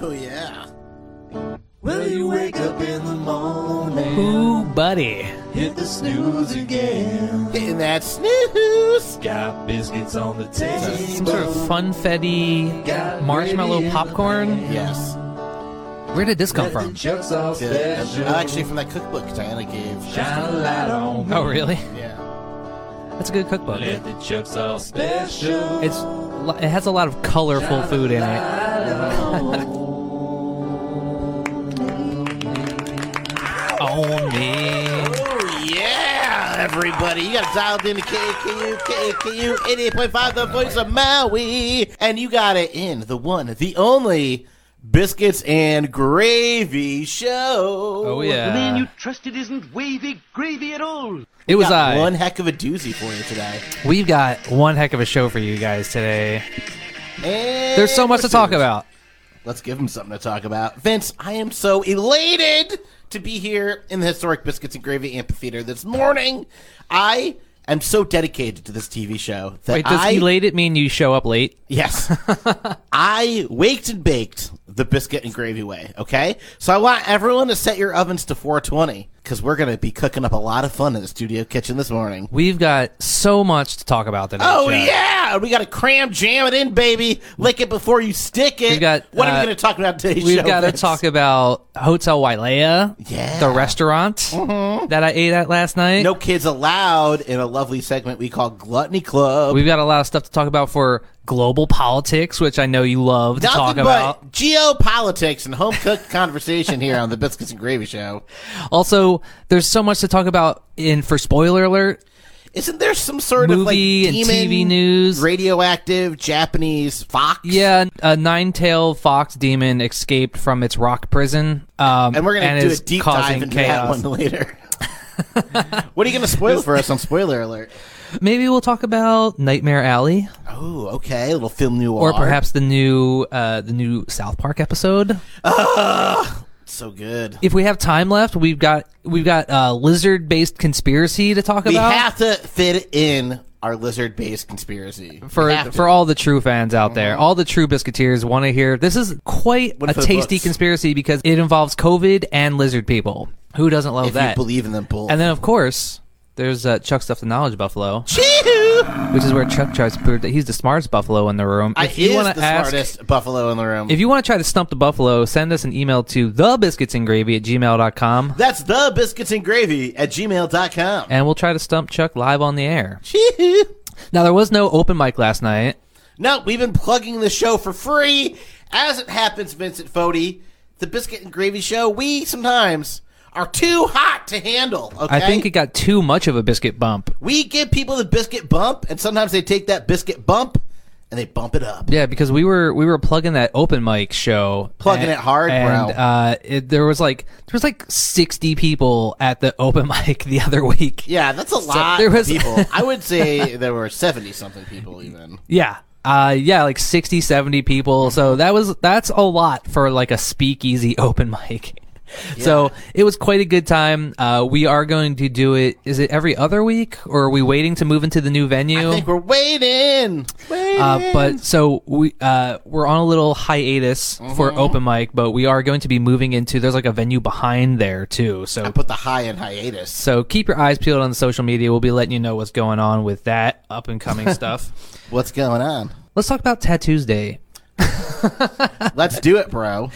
Oh, yeah. Well, you wake up in the morning, Ooh, buddy. hit the snooze again. Hitting that snooze. Got biscuits on the table. Some sort of funfetti marshmallow popcorn. Yes. Where did this come from? Chuck's all Good. special. Oh, actually, from that cookbook Diana gave. Shine a light on. Oh, really? Yeah. That's a good cookbook. Let the chucks all special. It's it has a lot of colorful food in it. On me. Oh, yeah, everybody. You got it dialed into KAKU, KAKU 88.5, the voice of Maui. And you got it in the one, the only Biscuits and Gravy show. Oh yeah. The man you trusted isn't wavy gravy at all. it was Got I. one heck of a doozy for you today. We've got one heck of a show for you guys today. And There's so much to talk pursuit. about. Let's give him something to talk about. Vince, I am so elated to be here in the historic Biscuits and Gravy Amphitheater this morning. I am so dedicated to this TV show that Wait, does I elated mean you show up late? yes, I waked and baked the biscuit and gravy way. Okay, so I want everyone to set your ovens to 420 because we're gonna be cooking up a lot of fun in the studio kitchen this morning. We've got so much to talk about today. Oh Jeff. yeah, we gotta cram jam it in, baby. Lick it before you stick it. We've got, what are uh, we gonna talk about today's We've show? got to Vince? talk about Hotel Wailea, Yeah. Mm-hmm. the restaurant that I ate at last night. No kids allowed in a lovely segment we call Gluttony Club. We've got a lot of stuff to talk about for global politics, which I know you love to Nothing talk but about. geopolitics and home cooked conversation here on the Biscuits and Gravy Show. Also, there's so much to talk about in for spoiler alert. Isn't there some sort Movie of and like demon, TV news. radioactive Japanese fox? Yeah, a nine-tailed fox demon escaped from its rock prison, um, and we're gonna do a is deep causing dive into chaos. that one later. what are you gonna spoil for us on spoiler alert? Maybe we'll talk about Nightmare Alley, Oh, okay, a little film noir, or perhaps the new uh, the new South Park episode. so good. If we have time left, we've got we've got uh, lizard-based conspiracy to talk We about. have to fit in our lizard-based conspiracy We for have to. Mm-hmm. for all the true fans out there, all the true biscuiteers want to hear. This is quite One a for the tasty books. conspiracy because it involves COVID and lizard people. Who doesn't love if that? you believe in them, bull. and then of course. There's uh, Chuck Stuff the Knowledge Buffalo, Chee-hoo! which is where Chuck tries to prove that he's the smartest buffalo in the room. I If you is wanna the ask- smartest buffalo in the room. if you want to try to stump the buffalo, send us an email to thebiscuitsandgravy at gmail.com, That's the biscuits and gravy at gmail.com. and we'll try to stump Chuck live on the air. Chee-hoo. Now, there was no open mic last night. no, we've been plugging the show for free. As it happens, Vincent Fodi, the biscuit and gravy show, we sometimes are too hot to handle. Okay? I think it got too much of a biscuit bump. we give people the biscuit bump, and sometimes they take that biscuit bump and they bump it up. Yeah, because we were we were plugging that open mic show, Plugging And- it hard, and, bro. Uh, it, there was like there was like sixty people at the open mic the other week. Yeah, that's a lot there of was- people. I would say there were 70 something people, even. yeah, uh, yeah, like 60, 70 people. So that was that's a lot for like a speakeasy open mic. So it was quite a good time. Uh, we are going to do it. Is it every other week, or are we waiting to move into the new venue? I think we're waiting. Waiting. Uh, but so we uh, we're on a little hiatus for Uh-huh. open mic, but we are going to be moving into there's like a venue behind there too. So Put the high in hiatus. so keep your eyes peeled on the social media. We'll be letting you know what's going on with that up and coming stuff. What's going on? Let's talk about Tattoos Day. Let's do it, bro.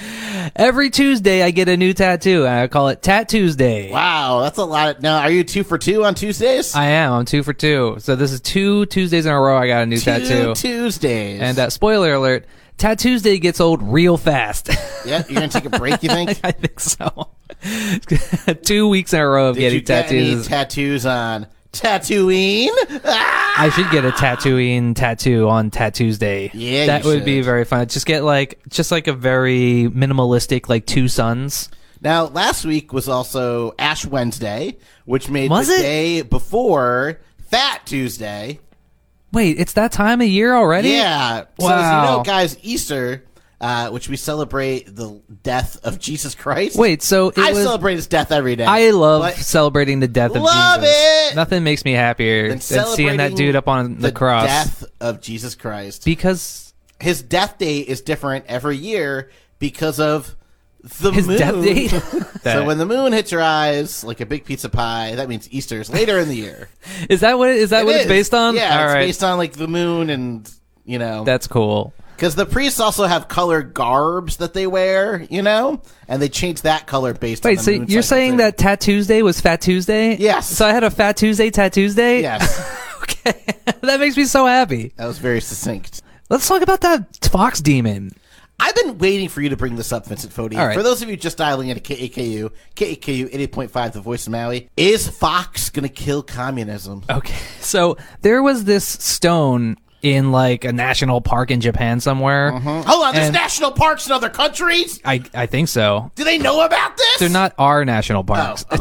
Every Tuesday, I get a new tattoo, and I call it Tattoos Day. Wow, that's a lot. Of, now, are you two for two on Tuesdays? I am. I'm two for two. So this is two Tuesdays in a row. I got a new two tattoo. Tuesdays. And uh, spoiler alert: Tattoos Day gets old real fast. yeah, you're gonna take a break. You think? I think so. Two weeks in a row of Did getting you get any tattoos. tattoos on Tatooine? Ah! I should get a Tatooine tattoo on Tattoos Day. Yeah, that you would be should. very fun. Just get like just like a very minimalistic like two suns. Now, last week was also Ash Wednesday, which made Was the it? day before Fat Tuesday. Wait, it's that time of year already? Yeah. So as you Wow. know, guys, Easter, uh, which we celebrate the death of Jesus Christ. Wait, so it I was. celebrate his death every day. I love But- celebrating the death of Love Jesus. it! Nothing makes me happier than, and seeing that celebrating dude up on the, cross. death of Jesus Christ. Because His death date is different every year because of the His moon. death date? so That- when the moon hits your eyes like a big pizza pie, that means Easter is later in the year. Is that what? Is that It what is. it's based on? Yeah, All it's right. based on like the moon and you know That's cool. because the priests also have colored garbs that they wear, you know, and they change that color based. on Wait, the so moon you're cycle, saying too. that Tat Tuesday was Fat Tuesday? Yes. So I had a Fat Tuesday, Tat Tuesday? Yes, okay. that makes me so happy. that was very succinct. Let's talk about that Fox Demon. I've been waiting for you to bring this up, Vincent Fodi. All right. For those of you just dialing in to KAKU, KAKU 88.5, The Voice of Maui, is Fox going to kill communism? Okay. So there was this stone in like a national park in Japan somewhere. Hold on, there's And- national parks in other countries? I, I think so. Do they know about this? They're not our national parks. Oh,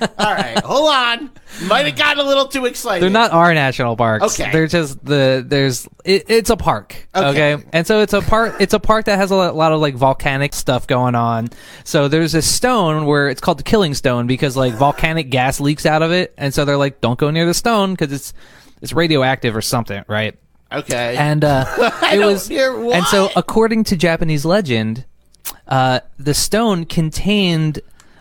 All right, hold on. Might have gotten a little too excited. They're not our national parks. Okay. They're just the there's it, it's a park. Okay. Okay. And so it's a park it's a park that has a lot, lot of like volcanic stuff going on. So there's a stone where it's called the killing stone because like volcanic gas leaks out of it and so they're like don't go near the stone cuz it's it's radioactive or something, right? Okay. And uh it don't was hear And so why. according to Japanese legend, uh the stone contained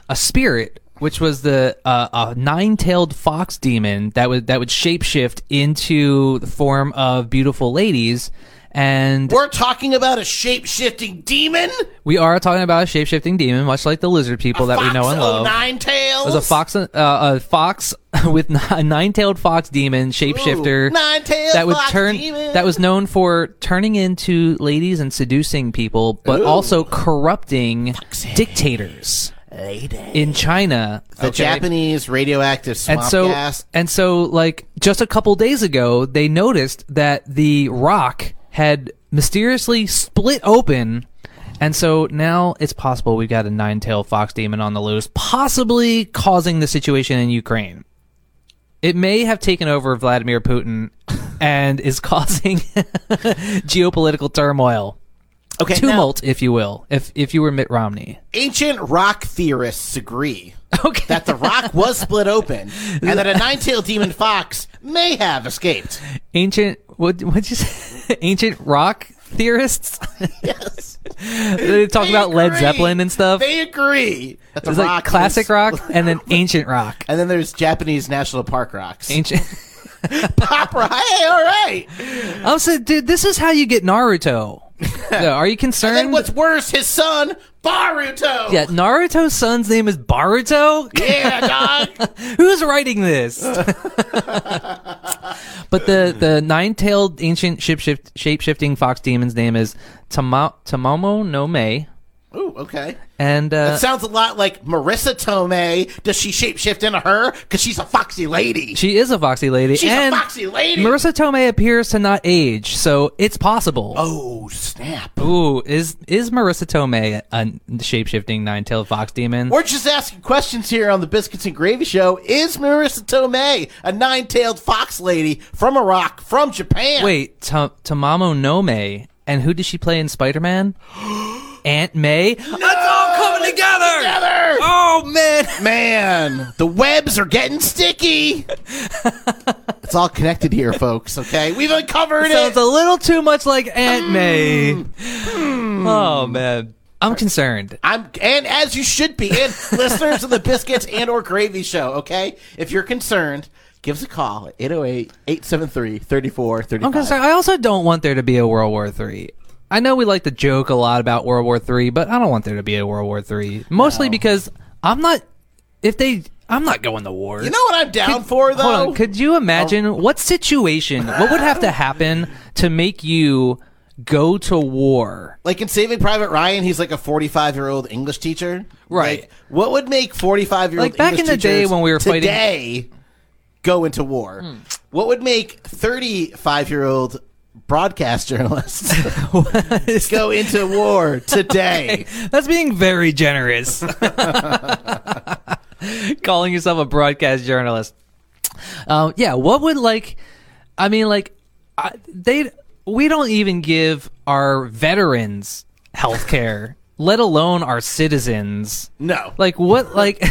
a spirit which was the uh, a nine-tailed fox demon that would that would shapeshift into the form of beautiful ladies and We're talking about a shape shifting demon? we are talking about a shapeshifting demon much like the lizard people that we know and love oh Nine tails? It was a fox uh, a fox with n- a nine-tailed fox demon shapeshifter nine-tailed that would fox turn demon. that was known for turning into ladies and seducing people but also corrupting dictators in China The okay? Japanese radioactive swamp and so gas. and so like just a couple days ago they noticed that the rock had mysteriously split open and so now it's possible we've got a nine-tailed fox demon on the loose possibly causing the situation in ukraine it may have taken over vladimir putin and is causing geopolitical turmoil Okay, now, tumult if you will if if you were mitt romney ancient rock theorists agree. okay that the rock was split open and that a nine-tailed demon fox may have escaped. ancient what what'd you say ancient rock theorists Yes. they talk They about led agree. zeppelin and stuff They agree. That the it's rock like classic is- rock and then ancient rock And then there's Japanese national park rocks. ancient Pop rock. Hey, all right. i'm saying dude this is how you get naruto Yeah, are you concerned And what's worse, his son, Baruto. yeah naruto's son's name is baruto Yeah, dog. Who's writing this? but the the nine tailed ancient ship shift shape shifting fox demon's name is Tama- Tamamo no Mei, Ooh, okay. and uh, That sounds a lot like Marissa Tomei. Does she shapeshift into her? Because she's a foxy lady. she is a foxy lady. she's and a foxy lady. Marissa Tomei appears to not age, so it's possible. oh, snap. Ooh, is is Marissa Tomei a shapeshifting nine-tailed fox demon? We're just asking questions here on the Biscuits and Gravy Show. Is Marissa Tomei a nine-tailed fox lady from Iraq, from Japan? Wait, Ta- Tamamo no Mei, and who does she play in Spider-Man? Aunt May. It's all coming together. Heather! Oh man. Man, the webs are getting sticky. it's all connected here, folks. Okay, we've uncovered Sounds it. a little too much like Aunt May. Oh man, I'm concerned. I'm, and as you should be, and listeners of the Biscuits and or Gravy Show. Okay, if you're concerned, give us a call oh at 808-873-3435. I'm concerned. I also don't want there to be a World War Three. I know we like to joke a lot about World War Three, but I don't want there to be a World War Three. Mostly because I'm not. If they, I'm not going to war. You know what I'm down for, though. Hold on. Could you imagine what situation? What would have to happen to make you go to war? like in Saving Private Ryan, he's like a 45 year old English teacher. Right. Like, what would make 45 year old Like, back in the day when we were fighting- Hmm. today go into war? What would make 35 year old broadcast journalists go into war today? That's being very generous. Calling yourself a broadcast journalist. Um, yeah, what would like? I mean, like I, they we don't even give our veterans health care, let alone our citizens. No. Like what? Like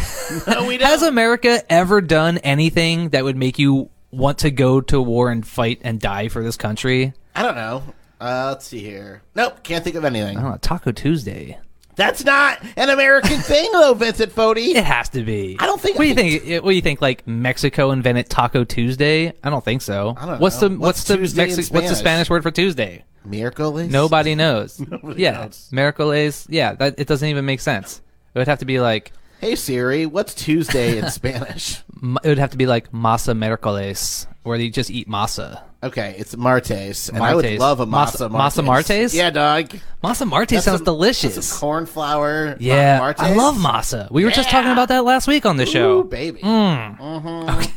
No, we don't. has America ever done anything that would make you want to go to war and fight and die for this country? I don't know. Uh, let's see here. Nope, can't think of anything. I don't know, Taco Tuesday. That's not an American thing, though, Vincent Fodi. It has to be. I don't think- What do you think? What do you think? Like Mexico invented Taco Tuesday? I don't think so. I don't what's know. the What's What's, the Tuesday in Mexi- What's the Spanish? Spanish word for Tuesday? Miracles? Nobody knows. yeah, knows. Miracles. Yeah, that it doesn't even make sense. It would have to be like Hey Siri, what's Tuesday in Spanish? m- it would have to be like masa miracles, where you just eat masa. Okay, it's martes, and I would Martes. love a masa Masa- masa martes? Yeah, dog. Masa marte That's sounds some- delicious. that's some corn flour. yeah, martes. I love masa. We were just talking Yeah. about that last week on the show. Ooh, baby. Mm.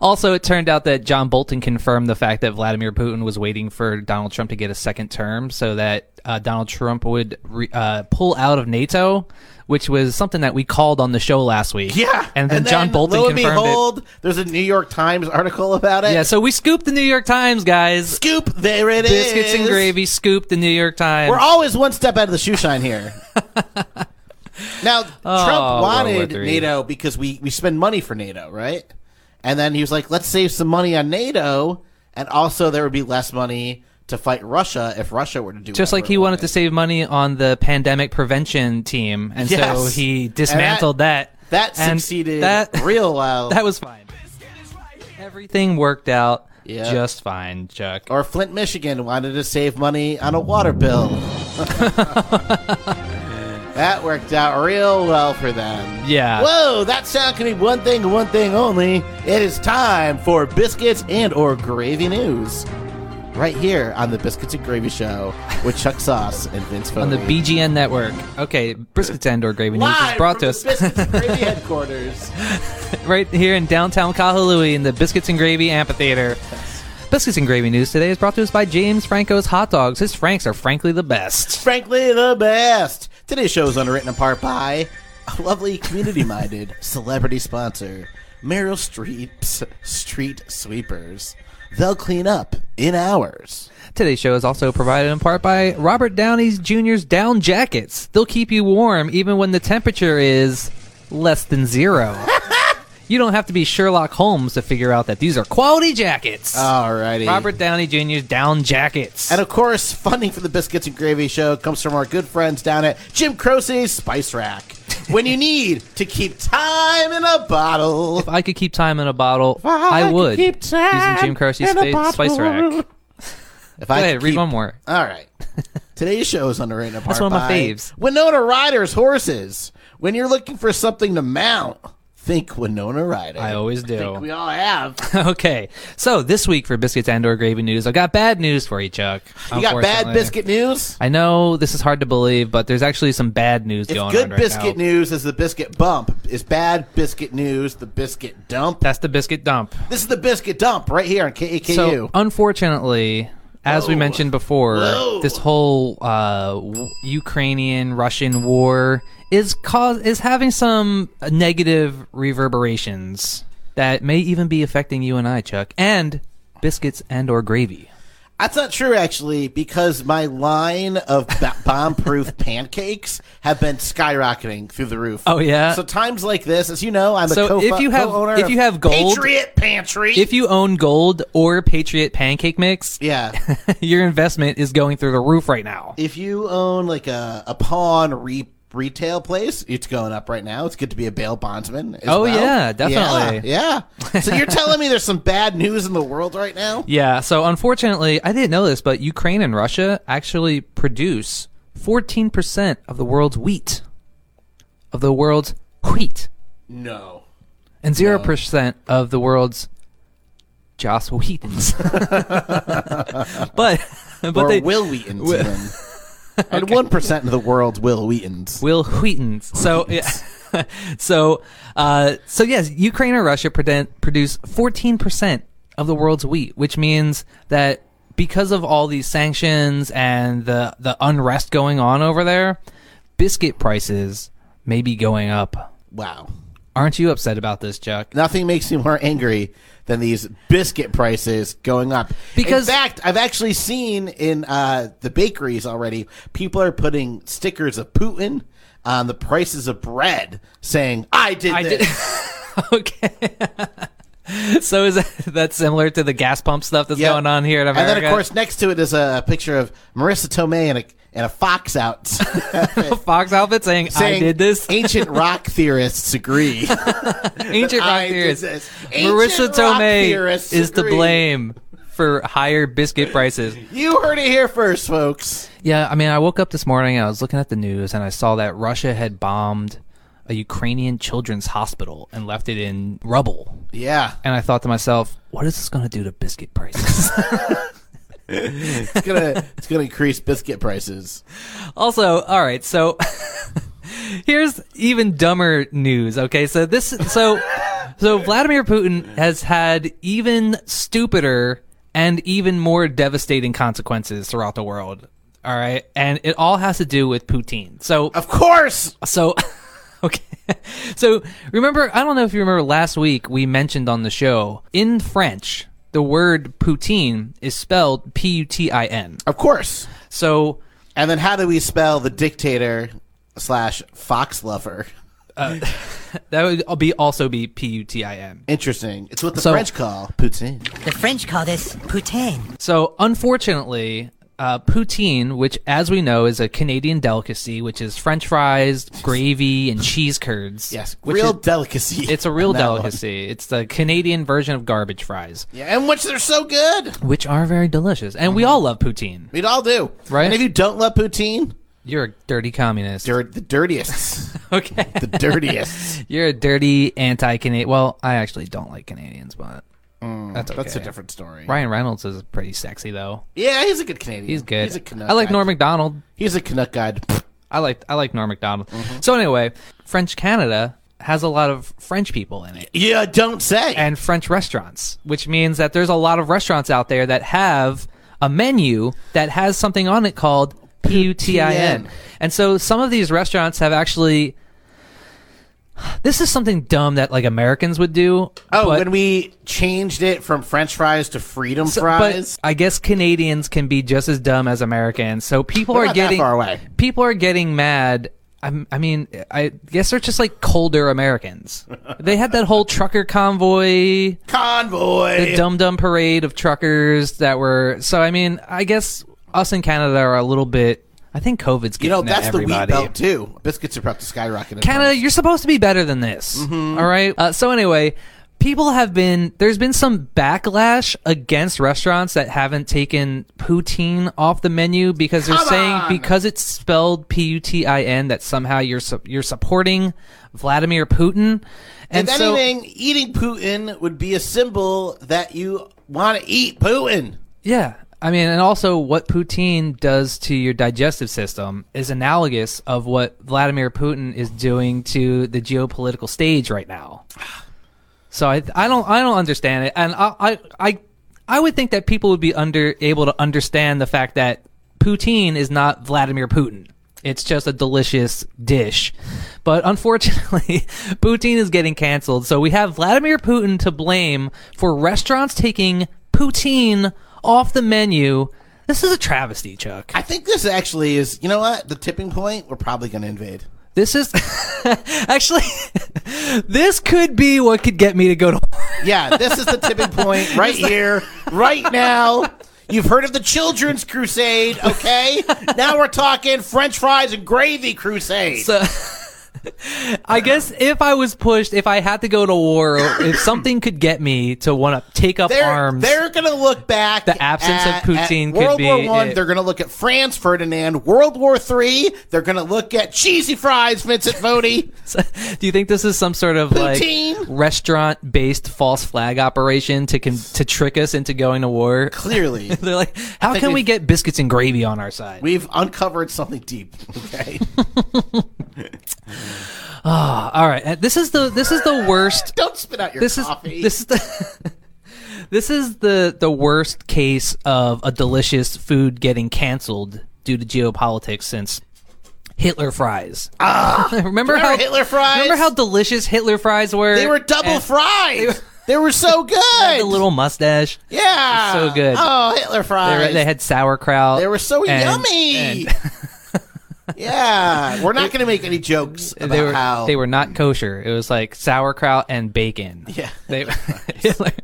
Also, it turned out that John Bolton confirmed the fact that Vladimir Putin was waiting for Donald Trump to get a second term so that uh, Donald Trump would re- uh, pull out of NATO, which was something that we called on the show last week. Yeah, And then, John Bolton Lo and confirmed behold, there's a New York Times article about it. it. Yeah, so we scooped the New York Times, guys. Scoop, there it is. Biscuits and gravy scooped the New York Times. We're always one step out of the shoe shine here. now, Oh, World Trump wanted War III. NATO because we, we spend money for NATO, right? And then he was like, let's save some money on NATO, and also there would be less money to fight Russia if Russia were to do just whatever like he it wanted to save money on the pandemic prevention team, and so Yes. he And that- dismantled that. That and succeeded That real well. that was fine. Everything worked out Yeah. just fine, Chuck. or Flint, Michigan wanted to save money on a water bill. that worked out real well for them. Yeah. Whoa, that sound can be one thing and one thing only. It is time for biscuits and or gravy news. Right here on the Biscuits and Gravy Show with Chuck Sauce and Vince Foley. on the BGN network. Okay, briskets and or gravy news is Live brought from to the us Biscuits and Gravy headquarters. right here in downtown Kahului in the Biscuits and Gravy Amphitheater. Biscuits and Gravy News today is brought to us by James Franco's Hot Dogs. His Franks are frankly the best. frankly the best. Today's show is underwritten in part by a lovely community-minded celebrity sponsor, Meryl Streep's Street Sweepers. They'll clean up in hours. Today's show is also provided in part by Robert Downey Jr.'s Down Jackets. They'll keep you warm even when the temperature is less than zero. you don't have to be Sherlock Holmes to figure out that these are quality jackets. Alrighty. Robert Downey Jr.'s Down Jackets. Uh, And of course, funding for the Biscuits and Gravy Show comes from our good friends down at Jim Croce's Spice Rack. when you need to keep time in a bottle. If I could keep time in a bottle, I I, could would. keep time using Jim Croce's in a bottle. spa- spice rack. If Go I ahead, could read keep- one more. All right. Today's show is underrated. Apart That's one of my by faves. Winona Ryder's horses. When you're looking for something to mount, think Winona Ryder. I always think we do. all have. okay, so this week for biscuits and or gravy news, I've got bad news for you, Chuck. You got bad unfortunately. biscuit news. I know this is hard to believe, but there's actually some bad news It's going good on right biscuit now. news is the biscuit bump. Is bad biscuit news the biscuit dump? That's the biscuit dump. This is the biscuit dump right here on KAKU. So unfortunately, as we mentioned before, Whoa. this whole uh, Ukrainian Russian war is cause is having some negative reverberations that may even be affecting you and I, Chuck, and biscuits and or gravy. That's not true, actually, because my line of ba- bomb-proof pancakes have been skyrocketing through the roof. Oh, yeah? So times like this, as you know, I'm a So co- if you have- co-owner if you of have gold- Patriot Pantry. If you own gold or Patriot pancake mix, yeah, your investment is going through the roof right now. if you own like a, a pawn re- retail place, it's going up right now. It's good to be a bail bondsman. as Oh, well. yeah, definitely. Yeah, yeah. So you're telling me there's some bad news in the world right now? Yeah, so unfortunately, I didn't know this, but Ukraine and Russia actually produce 14% of the world's wheat. Of the world's wheat. No. And 0% of the world's Joss Wheatons. but but or they Will Wheaton's. even. And one percent of the world's Will Wheaton's. Will Wheaton's. So yeah. So, uh, so yes, Ukraine or Russia produ- produce 14% of the world's wheat, which means that because of all these sanctions and the, the unrest going on over there, biscuit prices may be going up. wow. Aren't you upset about this, Chuck? Nothing makes me more angry than these biscuit prices going up. Because- in fact, I've actually seen in uh, the bakeries already, people are putting stickers of Putin on the prices of bread, saying, "I did I this." did. okay. so is that, that's similar to the gas pump stuff that's Yeah. going on here in And America? then, of course, next to it is a picture of Marissa Tomei and a, and a fox out Fox outfit saying, saying, "I did this." Ancient rock theorists agree. Ancient rock I did theorists. this. Ancient Marissa rock Tomei theorists is to agree. blame for higher biscuit prices. You heard it here first, folks. Yeah, I mean, I woke up this morning. I was looking at the news, and I saw that Russia had bombed a Ukrainian children's hospital and left it in rubble. Yeah, And I thought to myself, what is this going to do to biscuit prices? it's gonna it's gonna increase biscuit prices. also, all right, so here's even dumber news. Okay, so this, so, so Vladimir Putin has had even stupider and even more devastating consequences throughout the world. All right, and it all has to do with Putin. So, Of course, So, okay. So, remember, I don't know if you remember last week we mentioned on the show in French, the word poutine is spelled P U T I N. of course. So, And then, how do we spell the dictator slash fox lover? that would be also be P U T I N. Interesting. It's what the So- French call poutine. The French call this poutine. So, unfortunately, uh, poutine, which as we know is a Canadian delicacy, which is French fries, gravy, and cheese curds. Yes, which real is- delicacy. it's a real That one. delicacy. It's the Canadian version of garbage fries, Yeah, and which they're so good. which are very delicious, and we all love poutine. We'd all do, Right. And if you don't love poutine, You're a dirty communist. dirt the dirtiest, Okay. the dirtiest. You're a dirty anti-Canadian. Well, I actually don't like Canadians, but that's okay. Mm, That's a different story. Ryan Reynolds is pretty sexy though. Yeah, he's a good Canadian. He's good. He's a Canuck. I like guy. Norm Macdonald. He's a Canuck guide. I like I like Norm Macdonald. Mm-hmm. So anyway, French Canada has a lot of French people in it Yeah, don't say. and French restaurants, which means that there's a lot of restaurants out there that have a menu that has something on it called PUTIN. And so some of these restaurants have actually this is something dumb that like Americans would do. oh, but- when we changed it from French fries to freedom So- fries. But I guess Canadians can be just as dumb as Americans. So people We're are not that getting far away. People are getting mad. I'm, I mean, I guess they're just like colder Americans. they had that whole trucker convoy, Convoy. the dum dum parade of truckers that were. So I mean, I guess us in Canada are a little bit. I think COVID's you getting know, at that's the wheat everybody. belt, too. Biscuits are about to skyrocket. in Canada, price. you're supposed to be better than this. Mm-hmm. All right. Uh, so anyway, people have been there's been some backlash against restaurants that haven't taken poutine off the menu because they're Come saying on! because it's spelled P U T I N that somehow you're su- you're supporting Vladimir Putin. And if so anything, eating Putin would be a symbol that you want to eat Putin. yeah, I mean, and also what poutine does to your digestive system is analogous of what Vladimir Putin is doing to the geopolitical stage right now. So I, I don't, I don't understand it, and I, I, I, I would think that people would be under able to understand the fact that poutine is not Vladimir Putin. It's just a delicious dish, but unfortunately, poutine is getting canceled. So we have Vladimir Putin to blame for restaurants taking poutine off the menu. This is a travesty, Chuck. I think this actually is, you know what? The tipping point, we're probably going to invade. This is actually this could be what could get me to go to Yeah, this is the tipping point right here, right now. You've heard of the Children's Crusade, okay? Now we're talking French fries and gravy crusade. So, I guess if I was pushed, if I had to go to war, or if something could get me to want to take up they're, arms, They're going to look back. The absence of at- poutine at could World be War One. it. They're going to look at Franz Ferdinand. World War Three. They're going to look at cheesy fries, Vincent Fodi. do you think this is some sort of Poutine. like restaurant-based false flag operation to con- to trick us into going to war? Clearly, They're like, how think can we we've- get biscuits and gravy on our side? we've uncovered something deep. Okay, All right, uh, this is the this is the worst. don't spit out your This is coffee. this is the. This is the, the worst case of a delicious food getting canceled due to geopolitics since Hitler fries. remember, how Ah! Hitler fries? Remember how delicious Hitler fries were? they were double And fried. They were, so good. The little mustache. yeah, so good. Oh, Hitler They, were- fries. they had sauerkraut. They were so and- yummy. and- Yeah, we're not going to make any jokes about they were how they were not kosher. It was like sauerkraut and bacon. Yeah. They,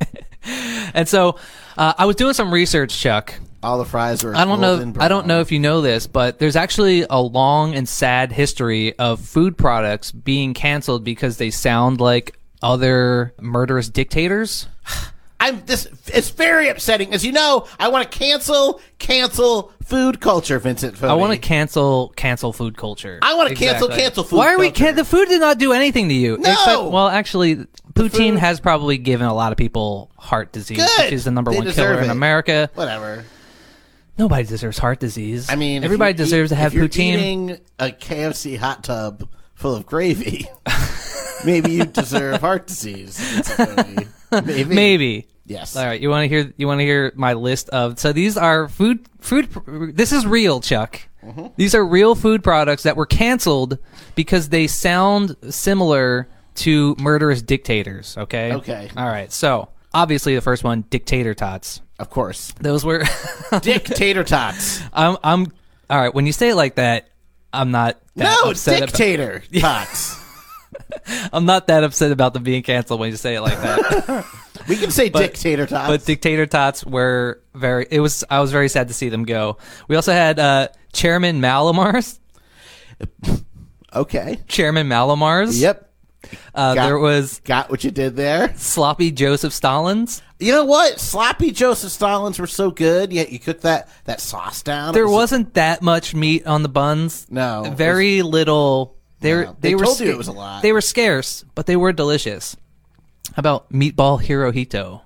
and so uh, I was doing some research, Chuck. all the fries were. I don't know. golden I don't brown. know if you know this, but there's actually a long and sad history of food products being canceled because they sound like other murderous dictators. I'm this. It's very upsetting, as you know. I want to cancel, cancel food culture, Vincent. Fodi. I want to cancel cancel food culture. I wanna cancel- cancel food Why are we culture. can the food did not do anything to you? No! well, actually, poutine food- has probably given a lot of people heart disease, Good. which is the number They one deserve killer in it. America. Whatever. Nobody deserves heart disease. I mean, if everybody you eat- deserves to have if you're poutine. Eating a KFC hot tub full of gravy. Maybe you deserve heart disease. Vincent Fodi. Maybe. Maybe. Yes. All right. You want to hear? You want to hear my list of? So these are food. Food. pr- This is real, Chuck. Mm-hmm. These are real food products that were canceled because they sound similar to murderous dictators. Okay. Okay. All right. So obviously the first one, dictator tots. Of course. Those were. Dictator tots. I'm. I'm. All right. When you say it like that, I'm not. That no, upset about- dictator tots. I'm not that upset about them being canceled when you say it like that. We can say dictator tots. but dictator tots were very it was i was very sad to see them go we also had uh chairman malamars okay. chairman malamars Yep. uh, got- there was Got what you did there. sloppy joseph stalins You know what? Sloppy Joseph Stalins were so good, yet you cooked that, that sauce down. there It wasn't that much meat on the buns No, it very little they, were No, they, they were told you sca- it was a lot. they were scarce but they were delicious how about meatball hirohito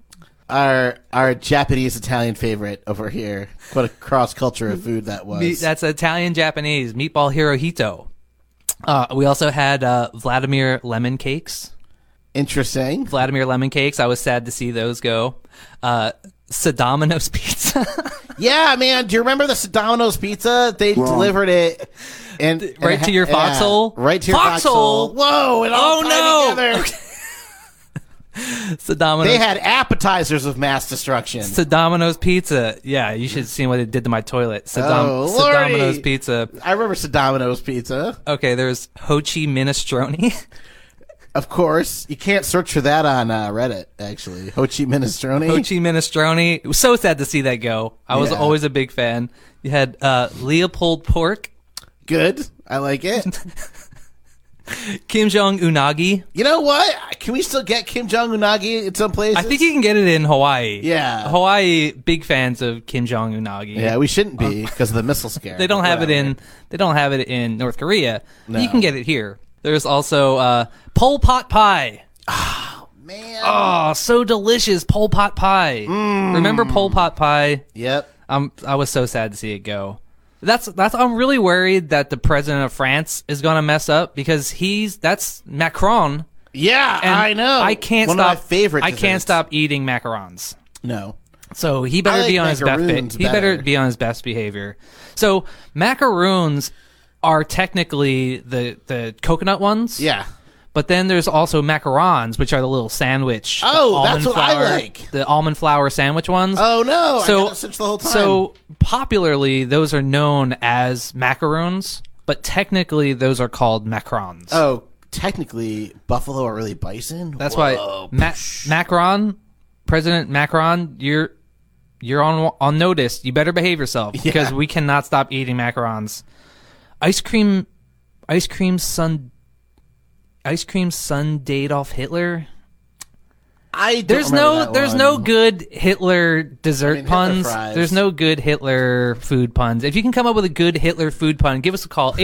our our Japanese Italian favorite over here. What a cross culture of food that was. Me- that's italian japanese meatball hirohito uh, we also had uh, vladimir lemon cakes Interesting. Vladimir lemon cakes. I was sad to see those go. Uh, Domino's pizza, Yeah, man. Do you remember the Domino's pizza? They delivered it and and Right it ha- to your yeah, foxhole? right to your Foxhole? foxhole. Whoa! It all Oh, tied no! together. They Domino's, had appetizers of mass destruction. Domino's pizza. Yeah, you should have seen what it did to my toilet. Oh, Sadom- Lordy. Domino's pizza. I remember Domino's pizza. Okay, there's Ho Chi Minestrone. Of course, you can't search for that on uh, Reddit. Actually, Ho Chi Minestrone. Ho Chi Minestrone. It was so sad to see that go. I was Yeah. always a big fan. You had uh, Leopold Pork, Good. I like it. Kim Jong Unagi. You know what? Can we still get Kim Jong Unagi in some places? I think you can get it in Hawaii. Yeah. Hawaii, big fans of Kim Jong Unagi. Yeah, we shouldn't be because of the missile scare. Uh, They don't have it Whatever. in. They don't have it in North Korea. No. You can get it here. There's also uh, Pol Pot pie. Man. Mmm. Oh, so delicious Pol Pot pie. Remember Pol Pot pie? Yep. I'm. I was so sad to see it go. That's that's. I'm really worried that the president of France is gonna mess up because he's that's Macron. Yeah, and I know. I can't One stop. Of my favorite. I can't desserts. stop eating macarons. No. So he better like be on his best. Be- macaroons he better better. be on his best behavior. So macaroons are technically the the coconut ones. Yeah. But then there's also macarons, which are the little sandwich. the Oh, that's almond what I flour- like. The almond flour sandwich ones. Oh no. I So- got that since the whole time. So popularly, those are known as macaroons, but technically, those are called macarons. oh, technically, buffalo are really bison. That's Whoa. why Ma- Macron, President Macron, you're you're on on notice. You better behave yourself because we cannot stop eating macarons. Ice cream, ice cream sun, ice cream sun date off Hitler. I don't There's remember no that there's one. no good Hitler dessert Hitler puns. fries. there's no good Hitler food puns. If you can come up with a good Hitler food pun, give us a call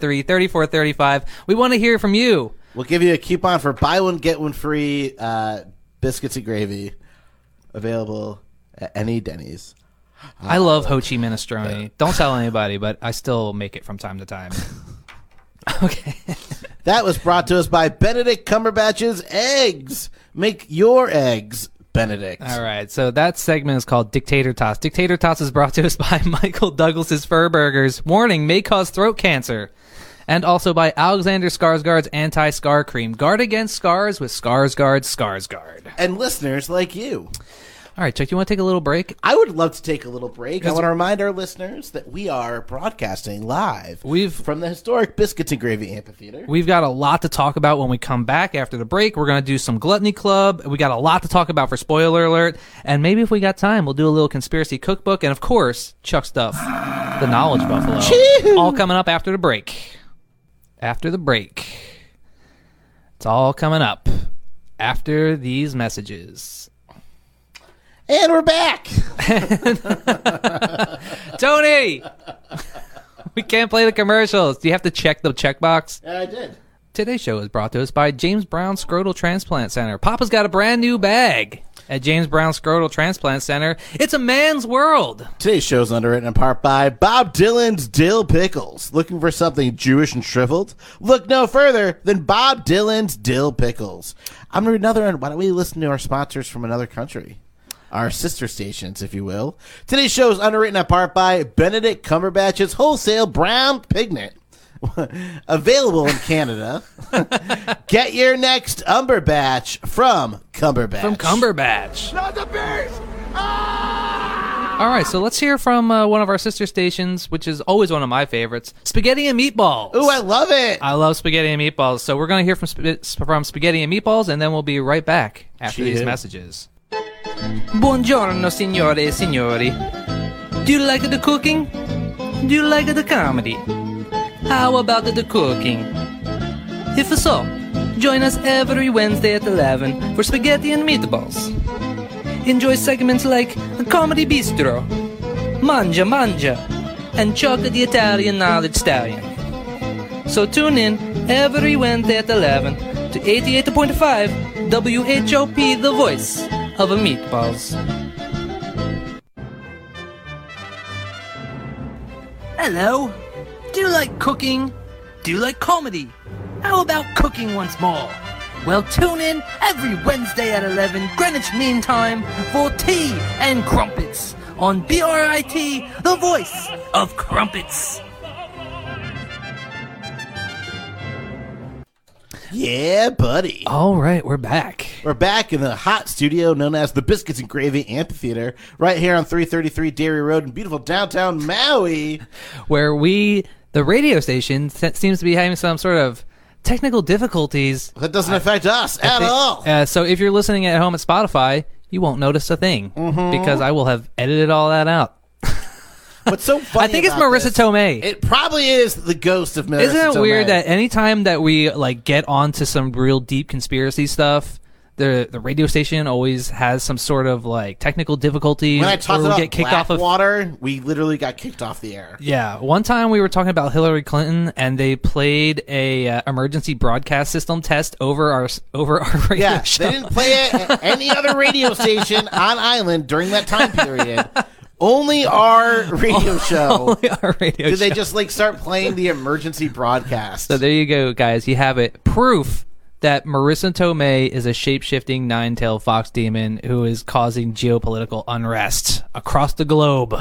808-873-3435. We want to hear from you. We'll give you a coupon for buy one get one free uh, biscuits and gravy, available at any Denny's. I love Ho Chi Minestrone. Don't tell anybody, but I still make it from time to time. okay. That was brought to us by Benedict Cumberbatch's eggs. Make your eggs, Benedict. All right. So that segment is called Dictator Toss. Dictator Toss is brought to us by Michael Douglas's Fur Burgers. Warning may cause throat cancer. And also by Alexander Skarsgård's anti scar cream. Guard against scars with Skarsgård Skarsgård. And listeners like you. All right, Chuck, you want to take a little break? I would love to take a little break. I want to remind our listeners that we are broadcasting live We've- from the historic Biscuits and Gravy Amphitheater. We've got a lot to talk about when we come back after the break. We're going to do some Gluttony Club. We got a lot to talk about for spoiler alert. And maybe if we got time, we'll do a little conspiracy cookbook. And of course, Chuck Stuff, The Knowledge Buffalo. All coming up after the break. After the break. It's all coming up after these messages. and we're back. Tony! we can't play the commercials. Do you have to check the checkbox? And I did. Today's show is brought to us by James Brown Scrotal Transplant Center. Papa's got a brand new bag at James Brown Scrotal Transplant Center. It's a man's world. Today's show's underwritten in part by Bob Dylan's Dill Pickles. Looking for something Jewish and shriveled? Look no further than Bob Dylan's Dill Pickles. I'm gonna read another one. Why don't we listen to our sponsors from another country? Our sister stations, if you will. Today's show is underwritten in part by Benedict Cumberbatch's Wholesale Brown Pigment. Available in Canada. Get your next Umberbatch from Cumberbatch. From Cumberbatch. Not the beast! All right, so let's hear from uh, one of our sister stations, which is always one of my favorites Spaghetti and Meatballs. Ooh, I love it. Uh, I love spaghetti and meatballs. So we're going to hear from sp- from spaghetti and meatballs, and then we'll be right back after these Cheers. messages. Buongiorno, signore e signori. Do you like the cooking? Do you like the comedy? How about the cooking? If so, join us every Wednesday at 11 for spaghetti and meatballs. Enjoy segments like Comedy Bistro, Mangia Mangia, and Chuck the Italian Knowledge Stallion. So tune in every Wednesday at 11 to 88.5 WHOP, the voice of a meatballs. Hello. Do you like cooking? Do you like comedy? How about cooking once more? Well, tune in every Wednesday at 11 Greenwich Mean Time for Tea and Crumpets on BRIT, the voice of crumpets. Yeah, buddy. All right, we're back. We're back in the hot studio known as the Biscuits and Gravy Amphitheater, right here on 333 Dairy Road in beautiful downtown Maui. where we the radio station se- seems to be having some sort of technical difficulties That doesn't affect us at all. Uh, so if you're listening at home at spotify you won't notice a thing Mm-hmm. because i will have edited all that out What's so funny? i think it's about marissa this- tomei It probably is the ghost of Marissa isn't it weird Tomei. that anytime that we like get onto some real deep conspiracy stuff the the radio station always has some sort of like technical difficulties when I talked or about get kicked off of water, we literally got kicked off the air. Yeah, one time we were talking about Hillary Clinton, and they played a uh, emergency broadcast system test over our over our radio Yeah, show. they didn't play it at any other radio station on island during that time period. Only our radio show. our radio Did they show. just like start playing the emergency broadcast? So there you go, guys. You have it. Proof that Marissa Tomei is a shape shifting nine tailed fox demon who is causing geopolitical unrest across the globe.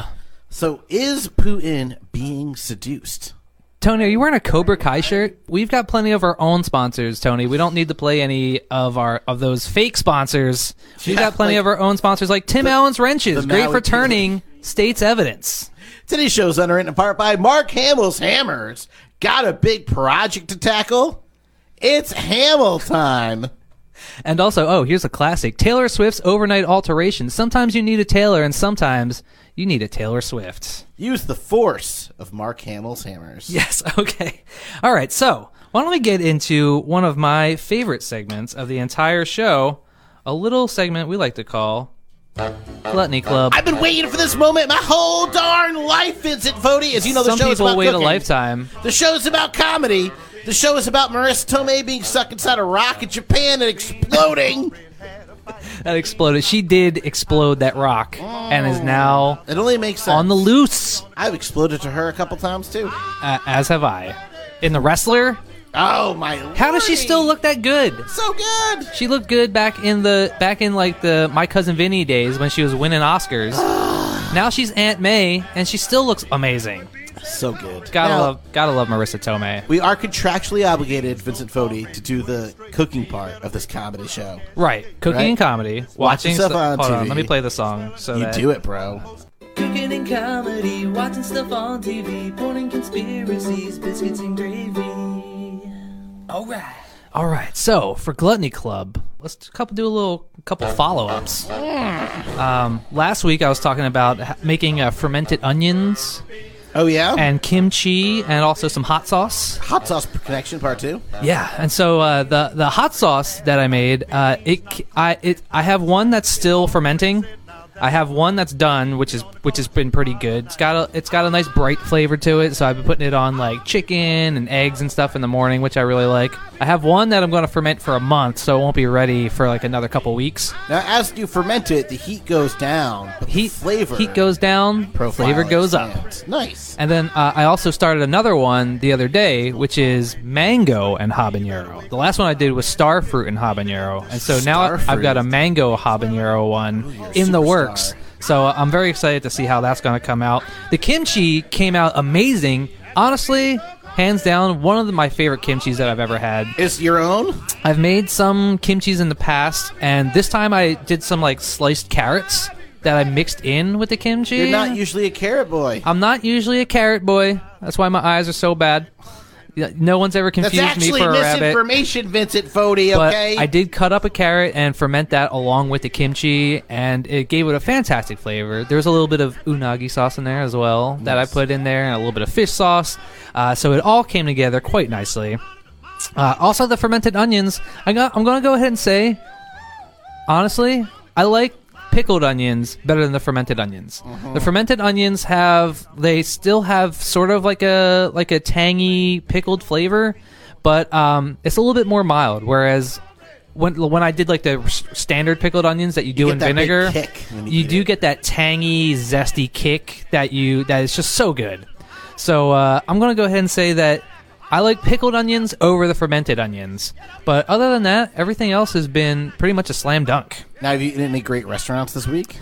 So is Putin being seduced? Tony, are you wearing a Cobra Kai shirt? We've got plenty of our own sponsors, Tony. We don't need to play any of our of those fake sponsors. We've Yeah, got plenty like- of our own sponsors, like Tim Allen's Wrenches, the great Maui for people. turning state's evidence. Today's show's underwritten in part by Mark Hamill's Hammers. Got a big project to tackle? It's Hamill time. And also, oh, here's a classic: Taylor Swift's Overnight Alteration. Sometimes you need a Taylor, and sometimes you need a Taylor Swift. Use the force of Mark Hamill's Hammers. Yes. Okay. All right. So why don't we get into one of my favorite segments of the entire show? A little segment we like to call Gluttony Club. I've been waiting for this moment my whole darn life, Vincent Fodi. As you know, the Some show is people about wait cooking. a lifetime. The show is about comedy. The show is about Marissa Tomei being stuck inside a rock in Japan and exploding. That exploded. She did explode that rock and is now It only makes sense. on the loose, I've exploded to her a couple times too. uh, as have I. In the wrestler, Oh my! how does she lordy. still look that good? so good? She looked good back in the back in like the my cousin Vinny days when she was winning Oscars. now she's Aunt May and she still looks amazing. So good. Gotta Now, love, gotta love Marissa Tomei. We are contractually obligated, Vincent Fodi, to do the cooking part of this comedy show. Right, cooking Right? and comedy. watching yourself on stuff. hold on, TV. let me play the song. So You that, do it, bro. Cooking and comedy, watching stuff on TV, porn and conspiracies, biscuits and gravy. Alright. All right, so for Gluttony Club, let's do a couple do a little couple follow ups. Um, last week I was talking about ha- making uh, fermented onions Oh yeah, and kimchi and also some hot sauce. hot sauce connection part two. Yeah, and so uh, the the hot sauce that I made, uh, it c- I it I have one that's still fermenting. I have one that's done, which is which has been pretty good. It's got a it's got a nice bright flavor to it, so I've been putting it on like chicken and eggs and stuff in the morning, which I really like. I have one that I'm going to ferment for a month, so it won't be ready for like another couple weeks. Now, as you ferment it, the heat goes down. But the Heat flavor heat goes down, profile flavor goes up. expands. Nice. And then uh, I also started another one the other day, which is mango and habanero. The last one I did was starfruit and habanero, and so now I- I've got a Starfruit. mango habanero one in the superstar. works. So uh, I'm very excited to see how that's going to come out. The kimchi came out amazing, honestly. Hands down, one of the, my favorite kimchis that I've ever had. It's your own. I've made some kimchis in the past, and this time I did some like sliced carrots that I mixed in with the kimchi. You're not usually a carrot boy. I'm not usually a carrot boy. That's why my eyes are so bad. Yeah, No one's ever That's confused me actually for a rabbit. misinformation, Vincent Fodi. But Okay. I did cut up a carrot and ferment that along with the kimchi, and it gave it a fantastic flavor. There was a little bit of unagi sauce in there as well that I put in there, and a little bit of fish sauce. Uh, so it all came together quite nicely. Uh, also, the fermented onions. I got, I'm going to go ahead and say, honestly, I like pickled onions better than the fermented onions. Uh-huh. The fermented onions have they still have sort of like a like a tangy pickled flavor, but um, it's a little bit more mild. Whereas when when I did like the s- standard pickled onions that you do get in that big vinegar, kick when you you eat do it. get that tangy, zesty kick that you that is just so good. So uh, I'm gonna go ahead and say that I like pickled onions over the fermented onions, but other than that, everything else has been pretty much a slam dunk. now, have you eaten at any great restaurants this week?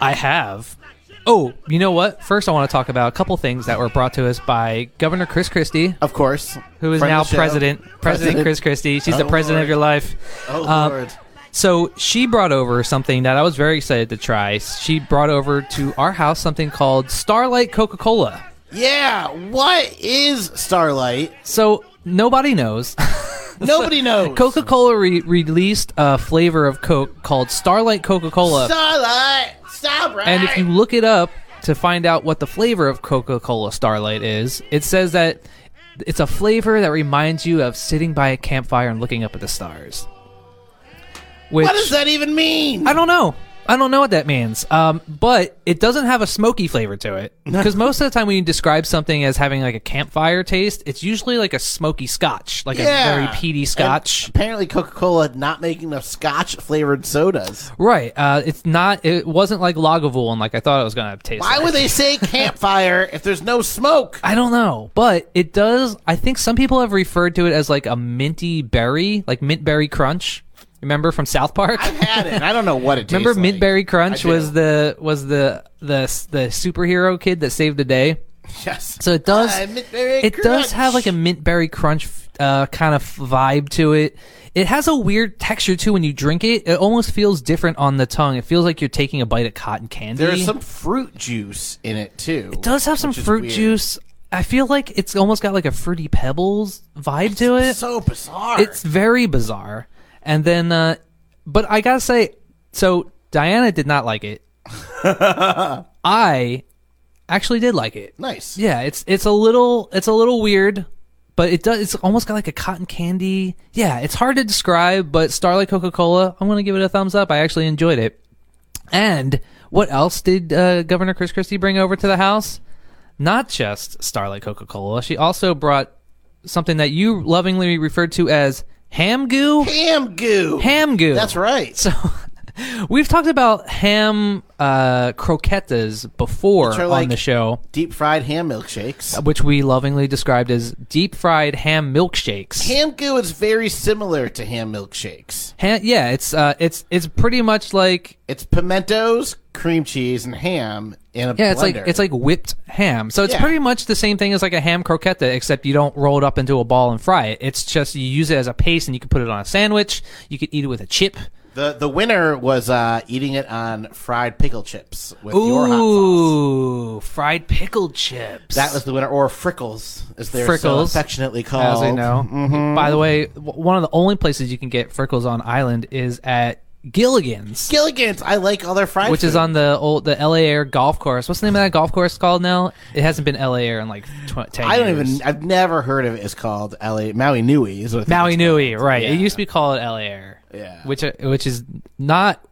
I have. Oh, you know what? First, I want to talk about a couple things that were brought to us by Governor Chris Christie, Of course. who is Friend now of the show. president. President, Chris Christie. She's the Oh, president Lord. of your life. Oh Uh, lord. So she brought over something that I was very excited to try. She brought over to our house something called Starlight Coca Cola. Yeah. What is Starlight? So nobody knows. Nobody knows. Coca Cola re- released a flavor of Coke called Starlight Coca Cola. Starlight. Starlight. And if you look it up to find out what the flavor of Coca Cola Starlight is, it says that it's a flavor that reminds you of sitting by a campfire and looking up at the stars. Which what does that even mean? I don't know. I don't know what that means. Um, but it doesn't have a smoky flavor to it. Because most of the time when you describe something as having like a campfire taste, it's usually like a smoky scotch, like Yeah. a very peaty scotch. And apparently, Coca Cola not making enough Scotch flavored sodas. right. Uh, it's not, it wasn't like Lagavulin like I thought it was going to taste Why like. would they say campfire if there's no smoke? I don't know, but it does. I think some people have referred to it as like a minty berry, like mint berry crunch. Remember from South Park? I had it. and I don't know what it tastes Remember mint like. berry I crunch do. was the was the the the superhero kid that saved the day. Yes. So it does. Ah, mint berry it does have like a crunch. mint berry crunch uh, kind of vibe to it. It has a weird texture too when you drink it. It almost feels different on the tongue. It feels like you're taking a bite of cotton candy. There's some fruit juice in it too. It does have some fruit juice. I feel like it's almost got like a fruity pebbles vibe to it. So bizarre. It's very bizarre. And then, uh, but I gotta say, so Diana did not like it. I actually did like it. nice. Yeah, it's it's a little it's a little weird, but it does it's almost got like a cotton candy. Yeah, it's hard to describe, but Starlight Coca Cola, I'm gonna give it a thumbs up. I actually enjoyed it. And what else did uh, Governor Chris Christie bring over to the house? Not just Starlight Coca Cola. She also brought something that you lovingly referred to as ham goo. Ham goo. Ham goo. That's right. So We've talked about ham uh, croquettes before Which are on like- the show, Deep fried ham milkshakes. which we lovingly described as deep fried ham milkshakes. Ham goo is very similar to ham milkshakes. Ha- yeah, it's uh, it's it's pretty much like It's pimentos, cream cheese, and ham in a yeah, blender. it's like it's like whipped ham. So it's Yeah. pretty much the same thing as like a ham croquette, except you don't roll it up into a ball and fry it. It's just you use it as a paste, and you can put it on a sandwich. You could eat it with a chip. the the winner was uh, eating it on fried pickle chips with your hot sauce. Ooh, fried pickle chips. That was the winner, or frickles, as they're so Frickles, affectionately as called. Mm-hmm. I know. By the way, w- one of the only places you can get Frickles on Island is at Gilligan's, Gilligan's. I like all their fried. which is food. on the old the LA Air golf course. What's the name of that golf course called now? It hasn't been LA Air in like tw- ten. I don't years. even. I've never heard of it. It's called LA Maui Nui. Is what I think Maui it's Nui, called. right? Yeah. It used to be called LA Air, Yeah. which uh, which is not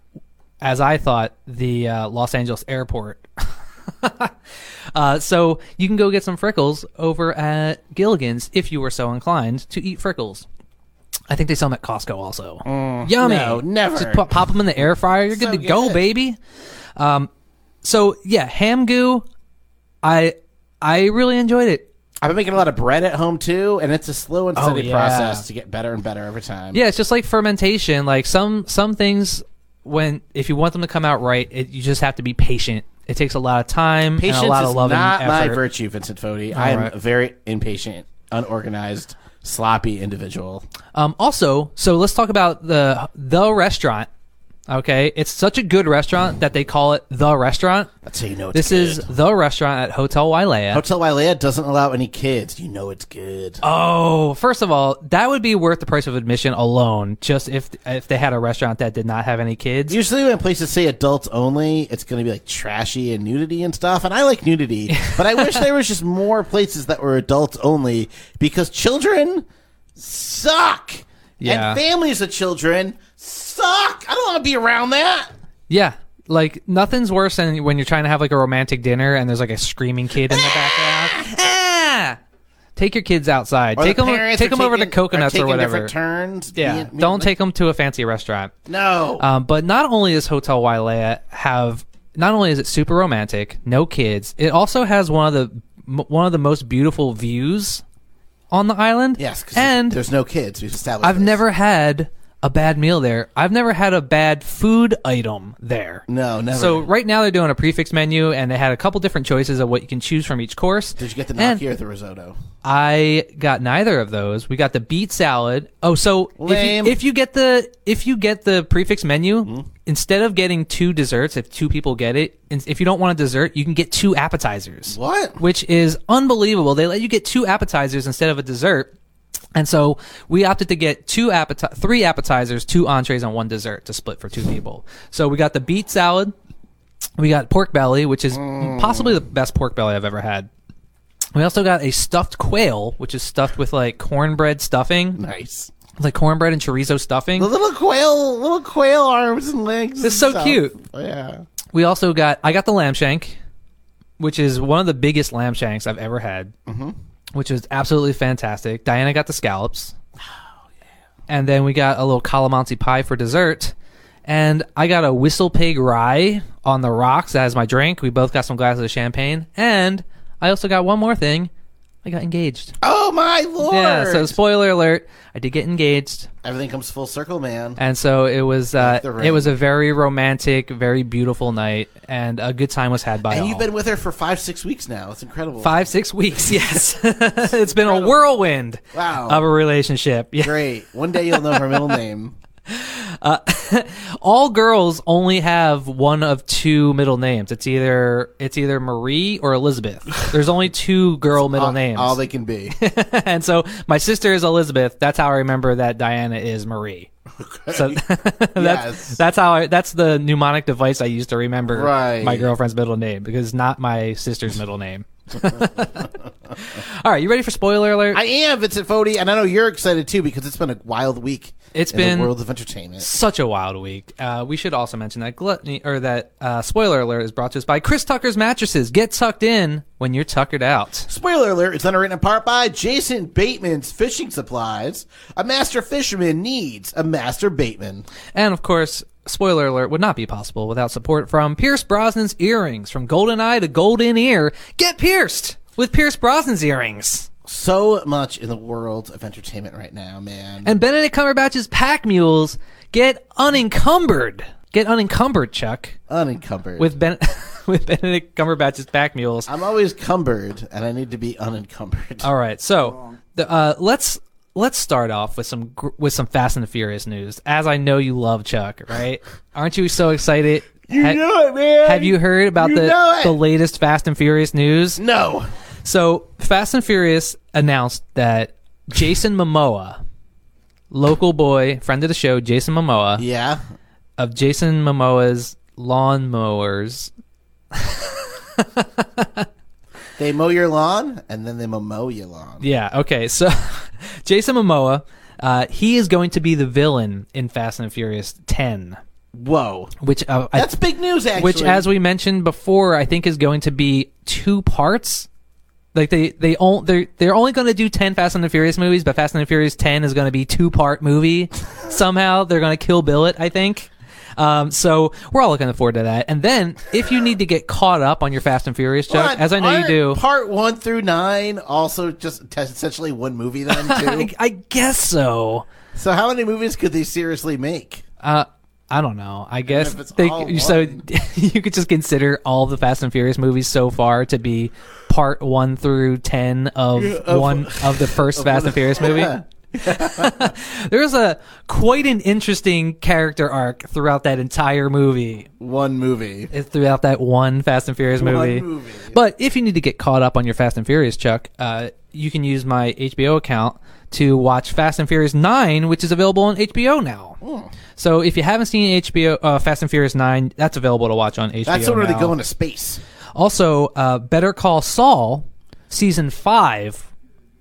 as I thought the uh, Los Angeles airport. uh, so you can go get some frickles over at Gilligan's if you were so inclined to eat frickles. I think they sell them at Costco also. Yummy! Mm. no, never. Just pop, pop them in the air fryer. You're So good to go, good. baby. Um, so yeah, ham goo. I I really enjoyed it. I've been making a lot of bread at home too, and it's a slow and steady Oh, yeah. process to get better and better every time. Yeah, it's just like fermentation. Like some some things, when if you want them to come out right, it, you just have to be patient. It takes a lot of time Patience and a lot is of love not and my effort. virtue, Vincent Fodi. I am right. a very impatient, unorganized, sloppy individual. um, also, so let's talk about the the restaurant. Okay, it's such a good restaurant that they call it the restaurant. That's how you know it's This good. is the restaurant at Hotel Wailea. Hotel Wailea doesn't allow any kids. You know it's good. Uh, oh, first of all, that would be worth the price of admission alone. Just if if they had a restaurant that did not have any kids. Usually, when places say adults only, it's going to be like trashy and nudity and stuff. And I like nudity, but I wish there was just more places that were adults only because children suck. Yeah. And families of children suck. I don't want to be around that. Yeah. Like nothing's worse than when you're trying to have like a romantic dinner and there's like a screaming kid in the background. Ah! Take your kids outside. Or take the them. parents Take are them over to taking- coconuts are or taking whatever. Different turns. Yeah. Me- me- Don't take them to a fancy restaurant. No. Um, but not only does Hotel Wailea have, not only is it super romantic, no kids. It also has one of the m- one of the most beautiful views on the island. yes. 'cause and there's no kids. We've established. I've this. never had a bad meal there. I've never had a bad food item there. No, never. So right now they're doing a prefix menu, and they had a couple different choices of what you can choose from each course. Did you get the And gnocchi or the risotto? I got neither of those. We got the beet salad. Oh, so if Lame. you, if you get the if you get the prefix menu, Hmm? instead of getting two desserts, if two people get it, and if you don't want a dessert, you can get two appetizers. What? Which is unbelievable. They let you get two appetizers instead of a dessert. And so we opted to get two appeti- three appetizers, two entrees, and one dessert to split for two people. So we got the beet salad, we got pork belly, which is Mm. possibly the best pork belly I've ever had. We also got a stuffed quail, which is stuffed with like cornbread stuffing, Nice. like cornbread and chorizo The stuffing. little quail, little quail arms and legs. It's and so stuff. cute. Yeah. We also got I got the lamb shank, which is one of the biggest lamb shanks I've ever had, mm-hmm. which was absolutely fantastic. Diana got the scallops, Oh, and then we got a little calamansi pie for dessert, and I got a whistle pig rye on the rocks as my drink. We both got some glasses of champagne, and I also got one more thing. I got engaged. Oh my lord! Yeah, so spoiler alert, I did get engaged. everything comes full circle, man. And so it was uh, Like the ring. it was a very romantic, very beautiful night and a good time was had by And all. you've been with her for five, six weeks now. It's incredible. 5 6 weeks. Yes. it's been a whirlwind Wow. of a relationship. Yeah. Great. One day you'll know her middle name. All girls only have one of two middle names. It's either it's either Marie or Elizabeth. There's only two girl middle all, names. All they can be. and so my sister is Elizabeth. That's how I remember that Diana is Marie. So that's Yes. that's how I that's the mnemonic device I used to remember Right. my girlfriend's middle name because it's not my sister's middle name. All right, you ready for spoiler alert? I am Vincent Fodi, and I know you're excited too because it's been a wild week. It's in been- the world of entertainment. Such a wild week. Uh, we should also mention that gluttony or that uh, spoiler alert is brought to us by Chris Tucker's mattresses. Get tucked in when you're tuckered out. Spoiler alert, it's underwritten in part by Jason Bateman's Fishing Supplies. A master fisherman needs a master Bateman. And of course, spoiler alert, would not be possible without support from Pierce Brosnan's earrings. From golden eye to golden ear, get pierced with Pierce Brosnan's earrings. So much in the world of entertainment right now, man. And Benedict Cumberbatch's pack mules get unencumbered. Get unencumbered, Chuck, unencumbered. with Ben with Benedict Cumberbatch's pack mules. I'm always cumbered, and I need to be unencumbered. All right, so the, uh, let's let's start off with some gr- with some Fast and the Furious news. As I know you love Chuck, right? Aren't you so excited? You know it, man. Have you heard about You know the it. the latest Fast and Furious news? No. So Fast and Furious announced that Jason Momoa, local boy, friend of the show, Jason Momoa Yeah. of Jason Momoa's lawnmowers. They mow your lawn, and then they mo- mow your lawn. Yeah. Okay. So Jason Momoa, uh, he is going to be the villain in Fast and Furious Ten. Whoa. which uh, I- That's big news, actually. which as we mentioned before I think is going to be two parts like they they on, they're they're only going to do 10 Fast and the Furious movies but Fast and the Furious 10 is going to be two part movie somehow they're going to kill Bill it I think um, so we're all looking forward to that and then if you need to get caught up on your Fast and Furious Hold joke on, as I know you aren't do Part one through nine, also just t- essentially one movie, then, I, too. I guess so so, how many movies could they seriously make? Uh, I don't know. I guess if it's they, all so. one. you could just consider all the Fast and Furious movies so far to be part one through ten of one of the first Fast and Furious movie. There's a quite an interesting character arc throughout that entire movie, One movie. eh, throughout that one Fast and Furious One movie. movie. But if you need to get caught up on your Fast and Furious, Chuck, uh, you can use my HBO account to watch Fast and Furious Nine, which is available on HBO now. Oh. So if you haven't seen HBO uh, Fast and Furious Nine, that's available to watch on HBO. That's the one where they now. go into space. Also, uh, Better Call Saul season five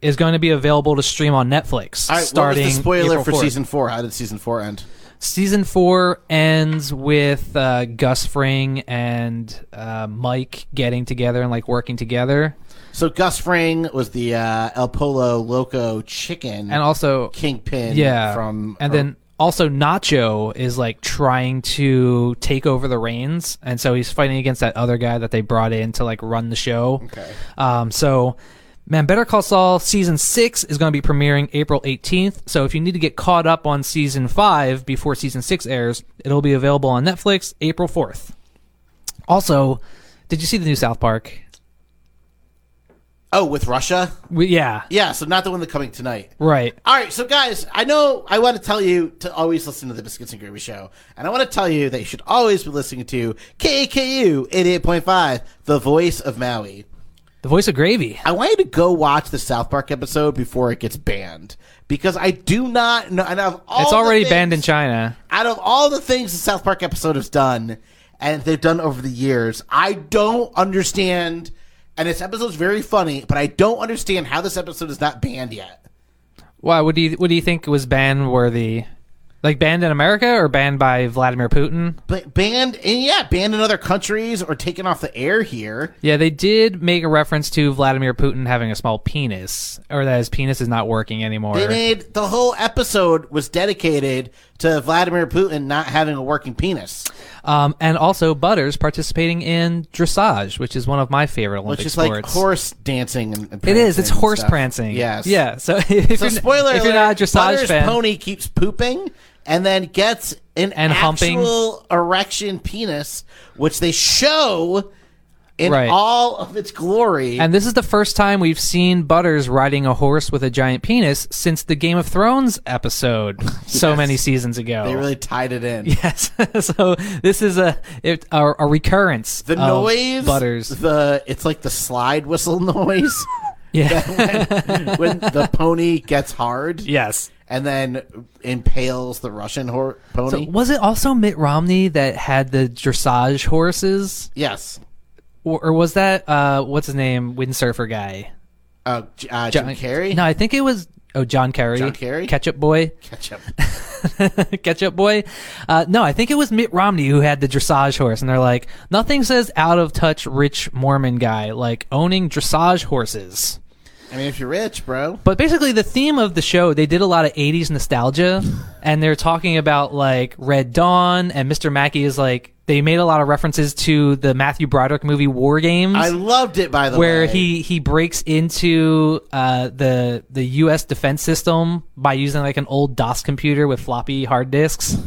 is going to be available to stream on Netflix All right, starting what was the spoiler April for 4th. season four? How did season four end? Season four ends with uh, Gus Fring and uh, Mike getting together and like working together, So Gus Fring was the uh, El Polo Loco chicken and also kingpin. yeah from uh, and or- then also nacho is like trying to take over the reins and so he's fighting against that other guy that they brought in to like run the show okay um so man better call saul season 6 is going to be premiering april 18th so if you need to get caught up on season 5 before season 6 airs it'll be available on netflix april 4th also did you see the new south park oh with Russia. we, yeah Yeah, so not the one that's coming tonight. right All right, so guys, I know I want to tell you to always listen to the Biscuits and Gravy Show, and I want to tell you that you should always be listening to KAKU 88.5, the voice of Maui. the voice of gravy I want you to go watch the South Park episode before it gets banned, because I do not know, and of all it's the already things- banned in china out of all the things the South Park episode has done and they've done over the years, I don't understand. And this episode's very funny, but I don't understand how this episode is not banned yet. Why? What do you what do you think was ban worthy? Like banned in America or banned by Vladimir Putin? But banned, and yeah, banned in other countries or taken off the air here. Yeah, they did make a reference to Vladimir Putin having a small penis, or that his penis is not working anymore. They made the whole episode was dedicated to Vladimir Putin not having a working penis, Um, and also Butters participating in dressage, which is one of my favorite Olympic which is like sports. horse dancing. And, and it is. prancing It's and horse stuff. prancing. Yes. Yeah. So if, So you're, spoiler if you're alert, not a dressage Butter's fan, pony keeps pooping and then gets an And humping. actual erection penis, which they show in Right. all of its glory. and this is the first time we've seen Butters riding a horse with a giant penis since the Game of Thrones episode, so many seasons ago. they really tied it in. Yes. so this is a it, a, a recurrence. The of noise, Oh, butters. The it's like the slide whistle noise yeah. when the pony gets hard yes. and then impales the Russian hor- pony. Was it also Mitt Romney that had the dressage horses, yes. or, or was that uh, what's his name, windsurfer guy? Uh, J- uh, Jim Carrey. No, I think it was. Oh, John Kerry. John Kerry? Ketchup boy. Ketchup. Ketchup boy. Uh, no, I think it was Mitt Romney who had the dressage horse, and they're like, nothing says out of touch rich Mormon guy like owning dressage horses. I mean, if you're rich, bro. But basically, the theme of the show, they did a lot of 80s nostalgia, and they're talking about like Red Dawn, and Mr. Mackey is like, they made a lot of references to the Matthew Broderick movie War Games. I loved it by the way. where he, he breaks into uh, the the U.S. defense system by using like an old DOS computer with floppy hard disks,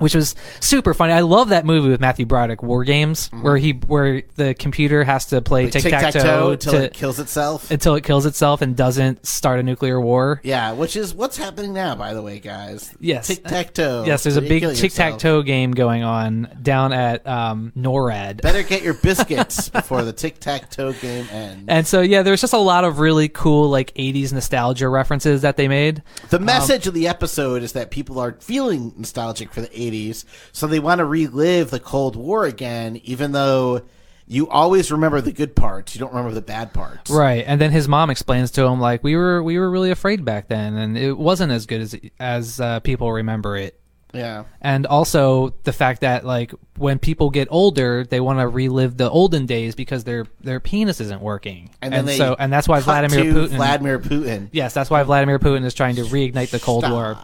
which was super funny. I love that movie with Matthew Broderick, War Games, Mm-hmm. where he where the computer has to play tic tac toe till it kills itself. until it kills itself and doesn't start a nuclear war. yeah, which is what's happening now, by the way, guys. Yes. tic tac toe. Yes, there's a big tic tac toe game going on down at um, NORAD. Better get your biscuits before the tic tac toe game ends. And so yeah, there's just a lot of really cool like 80s nostalgia references that they made. The message of the episode is that people are feeling nostalgic for the 80s, so they want to relive the Cold War again, even though you always remember the good parts. You don't remember the bad parts. Right, and then his mom explains to him like we were we were really afraid back then, and it wasn't as good as as uh, people remember it. Yeah. And also the fact that like when people get older, they want to relive the olden days because their their penis isn't working, And then they so and that's why cut Vladimir to Putin. Vladimir Putin. yes, that's why Vladimir Putin is trying to reignite the Cold Stop. War.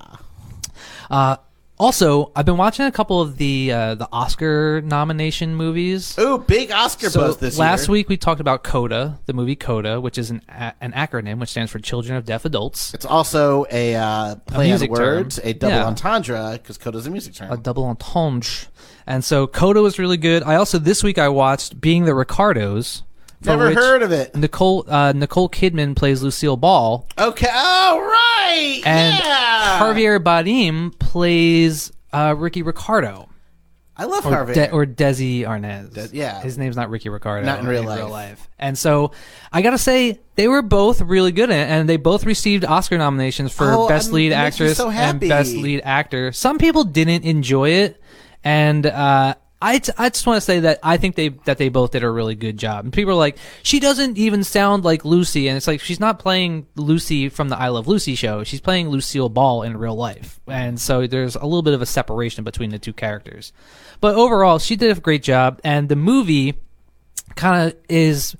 Uh, also, I've been watching a couple of the uh, the Oscar nomination movies. Ooh, big Oscar So buzz this last year. week we talked about CODA, the movie CODA, which is an a- an acronym which stands for Children of Deaf Adults. It's also a uh, play on music term. words, a double Yeah. entendre, because code is a music term. A double entendre. And so CODA was really good. I also this week I watched Being the Ricardos. for Never which heard of it. Nicole uh, Nicole Kidman plays Lucille Ball, Okay. All right. and yeah. Javier Bardem plays uh, Ricky Ricardo I love or, Harvey. De- or Desi Arnaz. yeah. his name's not Ricky Ricardo. Not in real life. And so I gotta say they were both really good, in it, and they both received Oscar nominations for Oh, best I'm- lead it makes me actress so and happy. best lead actor. Some people didn't enjoy it, and uh, I t- I just want to say that I think they that they both did a really good job. And people are like, she doesn't even sound like Lucy, and it's like she's not playing Lucy from the I Love Lucy show. She's playing Lucille Ball in real life, and so there's a little bit of a separation between the two characters. But overall, she did a great job, and the movie kind of is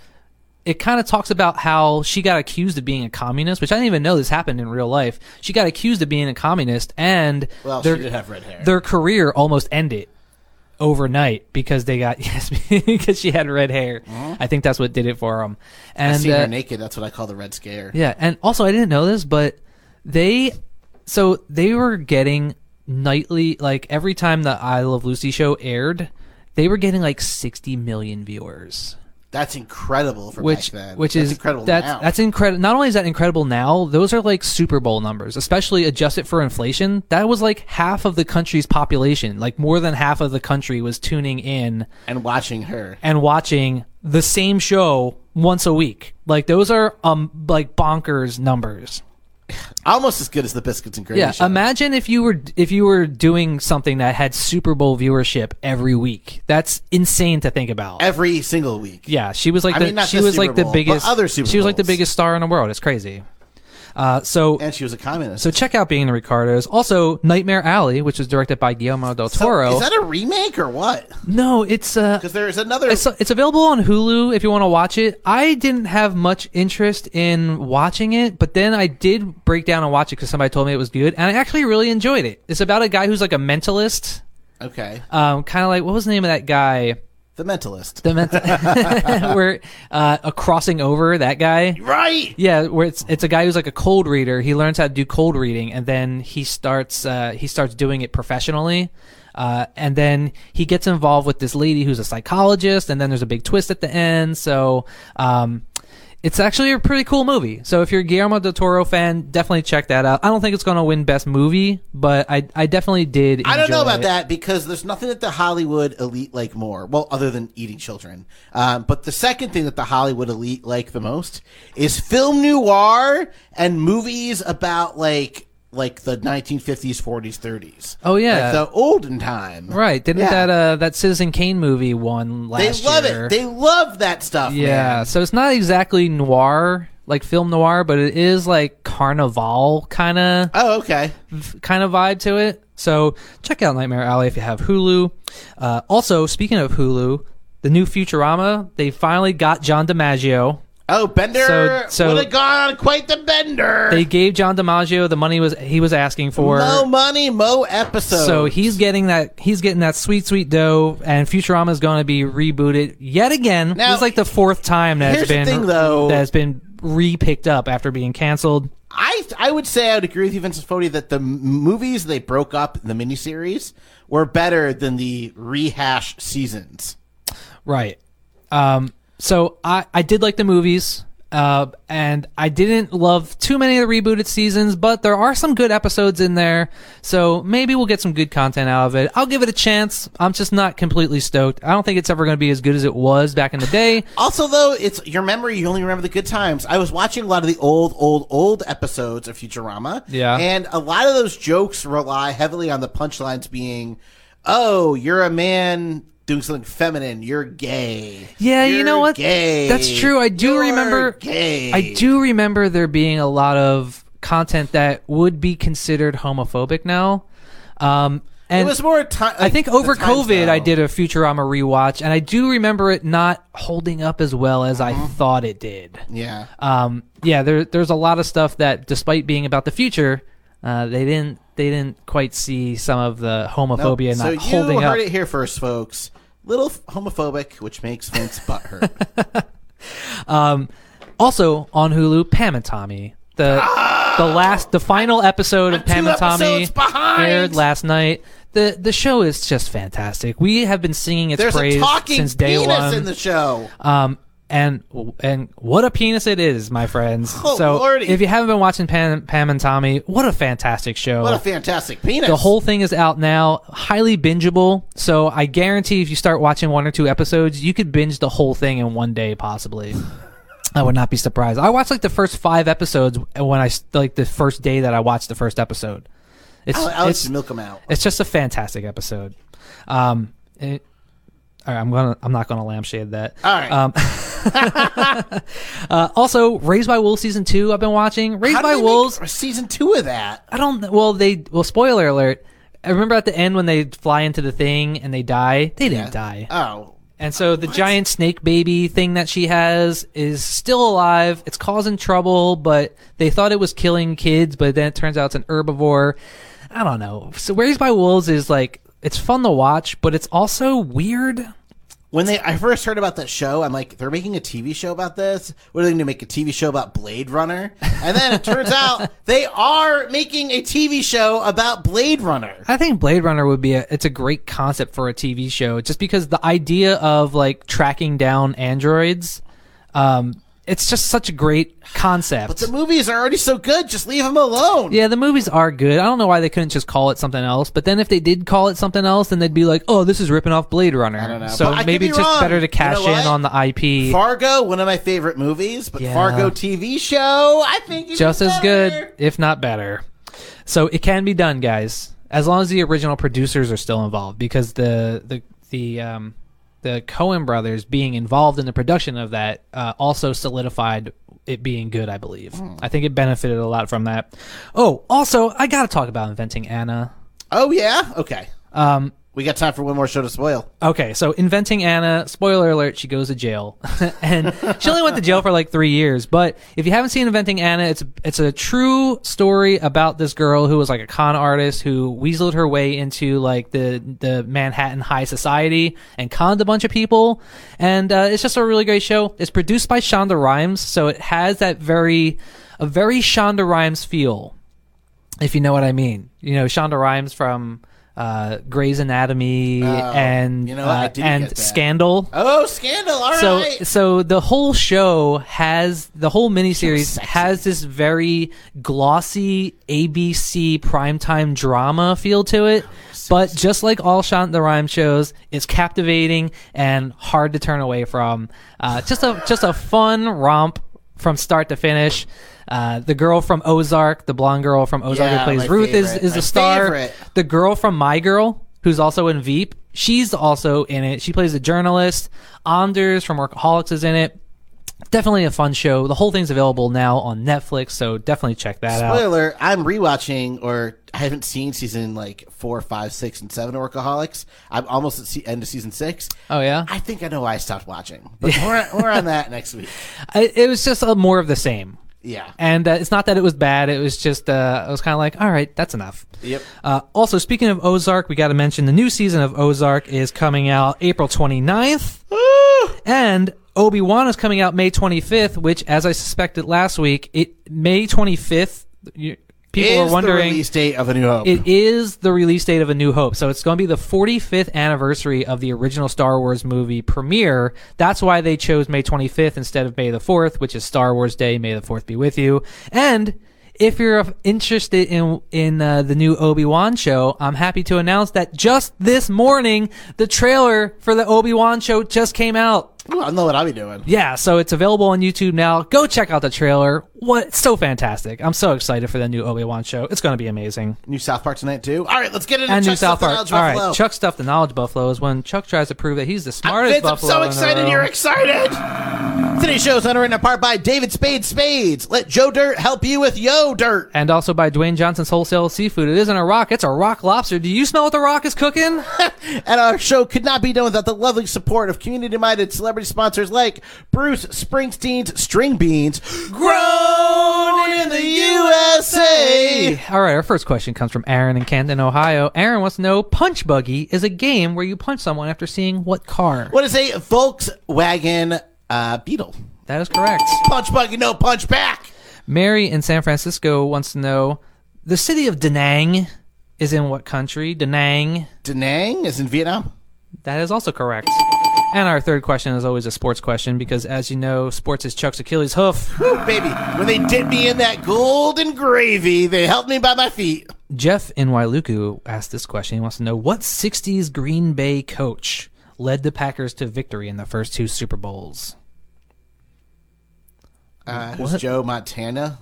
it kind of talks about how she got accused of being a communist, which I didn't even know this happened in real life. She got accused of being a communist, and Well, she their, did have red hair. their career almost ended overnight because they got yes because she had red hair. I think that's what did it for them. And Seeing uh, Mm-hmm. her naked, that's what I call the Red Scare. yeah, and also I didn't know this, but they so they were getting nightly like every time the I Love Lucy show aired, they were getting like 60 million viewers That's incredible for which back then. which that's is incredible that's now. that's incredible. Not only is that incredible now, those are like Super Bowl numbers, especially adjusted for inflation. That was like half of the country's population, like more than half of the country was tuning in and watching her. and watching the same show once a week. Like those are um like bonkers numbers. Almost as good as the biscuits and gravy. Yeah, show. imagine if you were if you were doing something that had Super Bowl viewership every week. That's insane to think about. every single week. Yeah, she was like I the, mean, not she this was Super like the Bowl, but biggest other Super she was like the Bowls. biggest star in the world. It's crazy. Uh, so and she was a communist. so check out Being the Ricardos. Also, Nightmare Alley, which was directed by Guillermo del So, Toro. is that a remake or what? no, it's uh, Because there's another. it's it's available on Hulu if you want to watch it. I didn't have much interest in watching it, but then I did break down and watch it because somebody told me it was good, and I actually really enjoyed it. It's about a guy who's like a mentalist, okay, um, kind of like what was the name of that guy? The Mentalist. The mental, where uh, a crossing over that guy. right. Yeah, where it's it's a guy who's like a cold reader. He learns how to do cold reading, and then he starts uh, he starts doing it professionally. Uh, and then he gets involved with this lady who's a psychologist, and then there's a big twist at the end. So um, it's actually a pretty cool movie. So if you're a Guillermo del Toro fan, definitely check that out. I don't think it's going to win best movie, but I I definitely did. I don't know enjoy about it. that because there's nothing that the Hollywood elite like more. Well, other than eating children. Um, but the second thing that the Hollywood elite like the most is film noir and movies about like like the 1950s, 40s, 30s. Oh, yeah. like the olden time. Right? Didn't Yeah. that uh, that Citizen Kane movie won They last love year? it. They love that stuff. Yeah, man. so it's not exactly noir, like film noir, but it is like carnival kind of Oh, okay. kind of vibe to it. So check out Nightmare Alley if you have Hulu. Uh, also, speaking of Hulu, the new Futurama, they finally got John DiMaggio. Oh, Bender So- so- would have gone on quite the bender. They gave John DiMaggio the money was he was asking for. Mo money, mo episode. So he's getting that he's getting that sweet sweet dough, and Futurama is going to be rebooted yet again. Now, This is like the fourth time that here's has the been thing, though. that has been re-picked up after being canceled. I I would say I would agree with you, Vincent Fodi, that the m- movies they broke up the miniseries were better than the rehash seasons. Right. Um, so I, I did like the movies, uh, and I didn't love too many of the rebooted seasons, but there are some good episodes in there. So maybe we'll get some good content out of it. I'll give it a chance. I'm just not completely stoked. I don't think it's ever going to be as good as it was back in the day. Also, though, it's your memory. You only remember the good times. I was watching a lot of the old, old, old episodes of Futurama. Yeah. And a lot of those jokes rely heavily on the punchlines being, oh, you're a man doing something feminine. You're gay. Yeah, you You're know what? Gay. That's true. I do You're remember. Gay. I do remember there being a lot of content that would be considered homophobic now. Um, It and was more time. I think over COVID, I did a Futurama rewatch, and I do remember it not holding up as well as Uh-huh. I thought it did. Yeah. Um, yeah, there, there's a lot of stuff that, despite being about the future, uh, they didn't they didn't quite see some of the homophobia so not you holding heard up. it here first, folks. Little f- homophobic, which makes Vince butt hurt. Also on Hulu, Pam and Tommy. The the last the final episode of Ah! I'm Pam two and Tommy episodes behind. aired last night. The the show is just fantastic. We have been singing its There's a praise talking since day penis one. in the show. Um, and and what a penis it is, my friends. Oh, so lordy. if you haven't been watching Pam, Pam and Tommy, what a fantastic show. What a fantastic penis. Oh. the whole thing is out now, highly bingeable. So I guarantee if you start watching one or two episodes, you could binge the whole thing in one day, possibly. I would not be surprised. I watched like the first five episodes when I s- like the first day that I watched the first episode. It's I'll, I'll it's, just milk him out. it's just a fantastic episode. Um, it, all right, I'm gonna I'm not gonna lampshade that. All right. Um, uh, also, Raised by Wolves season two. I've been watching Raised How did by they Wolves. make season two of that. I don't. kn- Well, they. Well, spoiler alert. I remember at the end when they fly into the thing and they die. They didn't die. Oh, And so the giant snake baby thing that she has is still alive. It's causing trouble, but they thought it was killing kids, but then it turns out it's an herbivore. I don't know. So Raised by Wolves is like it's fun to watch, but it's also weird. when they I first heard about that show, I'm like, they're making a TV show about this. What are they going to make a TV show about Blade Runner? And then it turns out they are making a TV show about Blade Runner. I think Blade Runner would be a it's a great concept for a TV show just because the idea of like tracking down androids um it's just such a great concept. The movies are already so good. Just leave them alone. Yeah, the movies are good. I don't know why they couldn't just call it something else. But then if they did call it something else, then they'd be like, "Oh, this is ripping off Blade Runner." don't know. So But I could maybe be it's just wrong. better You to cash know in what? on the IP. Fargo, one of my favorite movies, but Yeah. Fargo TV show, I think it's just as good, better. if not better. So it can be done, guys, as long as the original producers are still involved, because the the the um, the Cohen brothers being involved in the production of that uh, also solidified it being good. I believe. I think it benefited a lot from that. Oh, also, I gotta talk about inventing Anna. Oh yeah, okay. Um, We got time for one more show to spoil. Okay, so inventing Anna, spoiler alert, she goes to jail. and she only went to jail for like three years. But if you haven't seen Inventing Anna, it's it's a true story about this girl who was like a con artist who weaseled her way into like the the Manhattan high society and conned a bunch of people. And uh, it's just a really great show. It's produced by Shonda Rhimes, so it has that very a very Shonda Rhimes feel if you know what I mean. You know, Shonda Rhimes from uh, Grey's Anatomy and Oh, you know what? I uh, didn't get and that. Scandal. Oh, Scandal, all right. so, so the whole show has the whole miniseries has this very glossy ABC primetime drama feel to it, Oh, but just like all Shonda Rhimes shows, it's captivating and hard to turn away from. Uh, just a just a fun romp from start to finish. Uh, the girl from Ozark, the blonde girl from Ozark Yeah, who plays my Ruth, is favorite. is My a star. favorite. The girl from My Girl, who's also in Veep, she's also in it. She plays a journalist. Anders from Workaholics is in it. definitely a fun show. The whole thing's available now on Netflix, so definitely check that out. Spoiler: I'm rewatching, or I haven't seen season like four, five, six, and seven of Workaholics. I'm almost at se- end of season six. Oh yeah, I think I know why I stopped watching, but we're, we're on that next week. I, it was just a, more of the same. Yeah. And uh, it's not that it was bad. It was just uh, I was kind of like, all right, that's enough. Yep. Uh, also, speaking of Ozark, we got to mention the new season of Ozark is coming out April 29th, Ah! and Obi Wan is coming out May 25th. Which, as I suspected last week, it May 25th. You, people Is are the wondering release date of A New Hope. it is the release date of A New Hope. So it's going to be the 45th anniversary of the original Star Wars movie premiere. That's why they chose May 25th instead of May the 4th, which is Star Wars Day. May the 4th be with you. And if you're interested in in uh, the new Obi-Wan show, I'm happy to announce that just this morning the trailer for the Obi-Wan show just came out. Ooh, I know what I'll be doing. Yeah, so it's available on YouTube now. Go check out the trailer. What it's so fantastic. I'm so excited for the new Obi-Wan show. It's going to be amazing New South Park tonight too. All right, let's get into and Chuck New South Stuff, the Park. Knowledge All right, Buffalo. Chuck stuff the knowledge buffalo is when Chuck tries to prove that he's the smartest Vince, I'm buffalo. so in the excited room. you're excited. Today's show is underwritten in part by David Spade Spades. Let Joe Dirt help you with Yo Dirt. And also by Dwayne Johnson's Wholesale Seafood. It isn't a rock; it's a rock lobster. Do you smell what the rock is cooking? And our show could not be done without the lovely support of community-minded celebrity sponsors like Bruce Springsteen's String Beans, grown in the USA. All right, our first question comes from Aaron in Camden, Ohio. Aaron wants to know: Punch Buggy is a game where you punch someone after seeing what car? What is a Volkswagen uh, Beetle? That is correct. Punch buggy, no punch back. Mary in San Francisco wants to know: The city of Da Nang is in what country? Da Nang. Da Nang is in Vietnam. That is also correct. And our third question is always a sports question because, as you know, sports is Chuck's Achilles hoof. Whew, baby, when they dip me in that golden gravy, they held me by my feet. Jeff in Wailuku asked this question. He wants to know what 60s Green Bay coach led the Packers to victory in the first two Super Bowls? Uh, who's Joe Montana?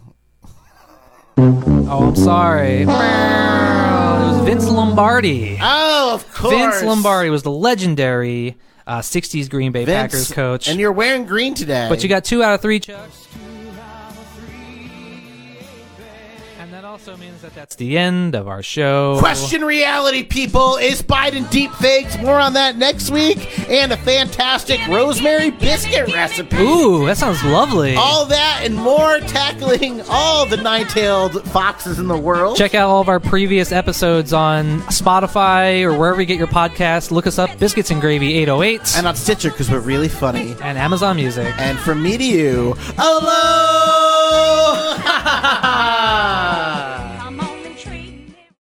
Oh, I'm sorry. It was Vince Lombardi. Oh, of course. Vince Lombardi was the legendary uh, 60s Green Bay Vince, Packers coach. And you're wearing green today. But you got two out of three, Chuck. And that also means that that's the end of our show. Question reality, people. Is Biden deep fakes? More on that next week. And a fantastic rosemary biscuit recipe. Ooh, that sounds lovely. All that and more, tackling all the nine tailed foxes in the world. Check out all of our previous episodes on Spotify or wherever you get your podcast. Look us up, Biscuits and Gravy 808, And on Stitcher, because we're really funny. and Amazon Music. And from me to you, alone.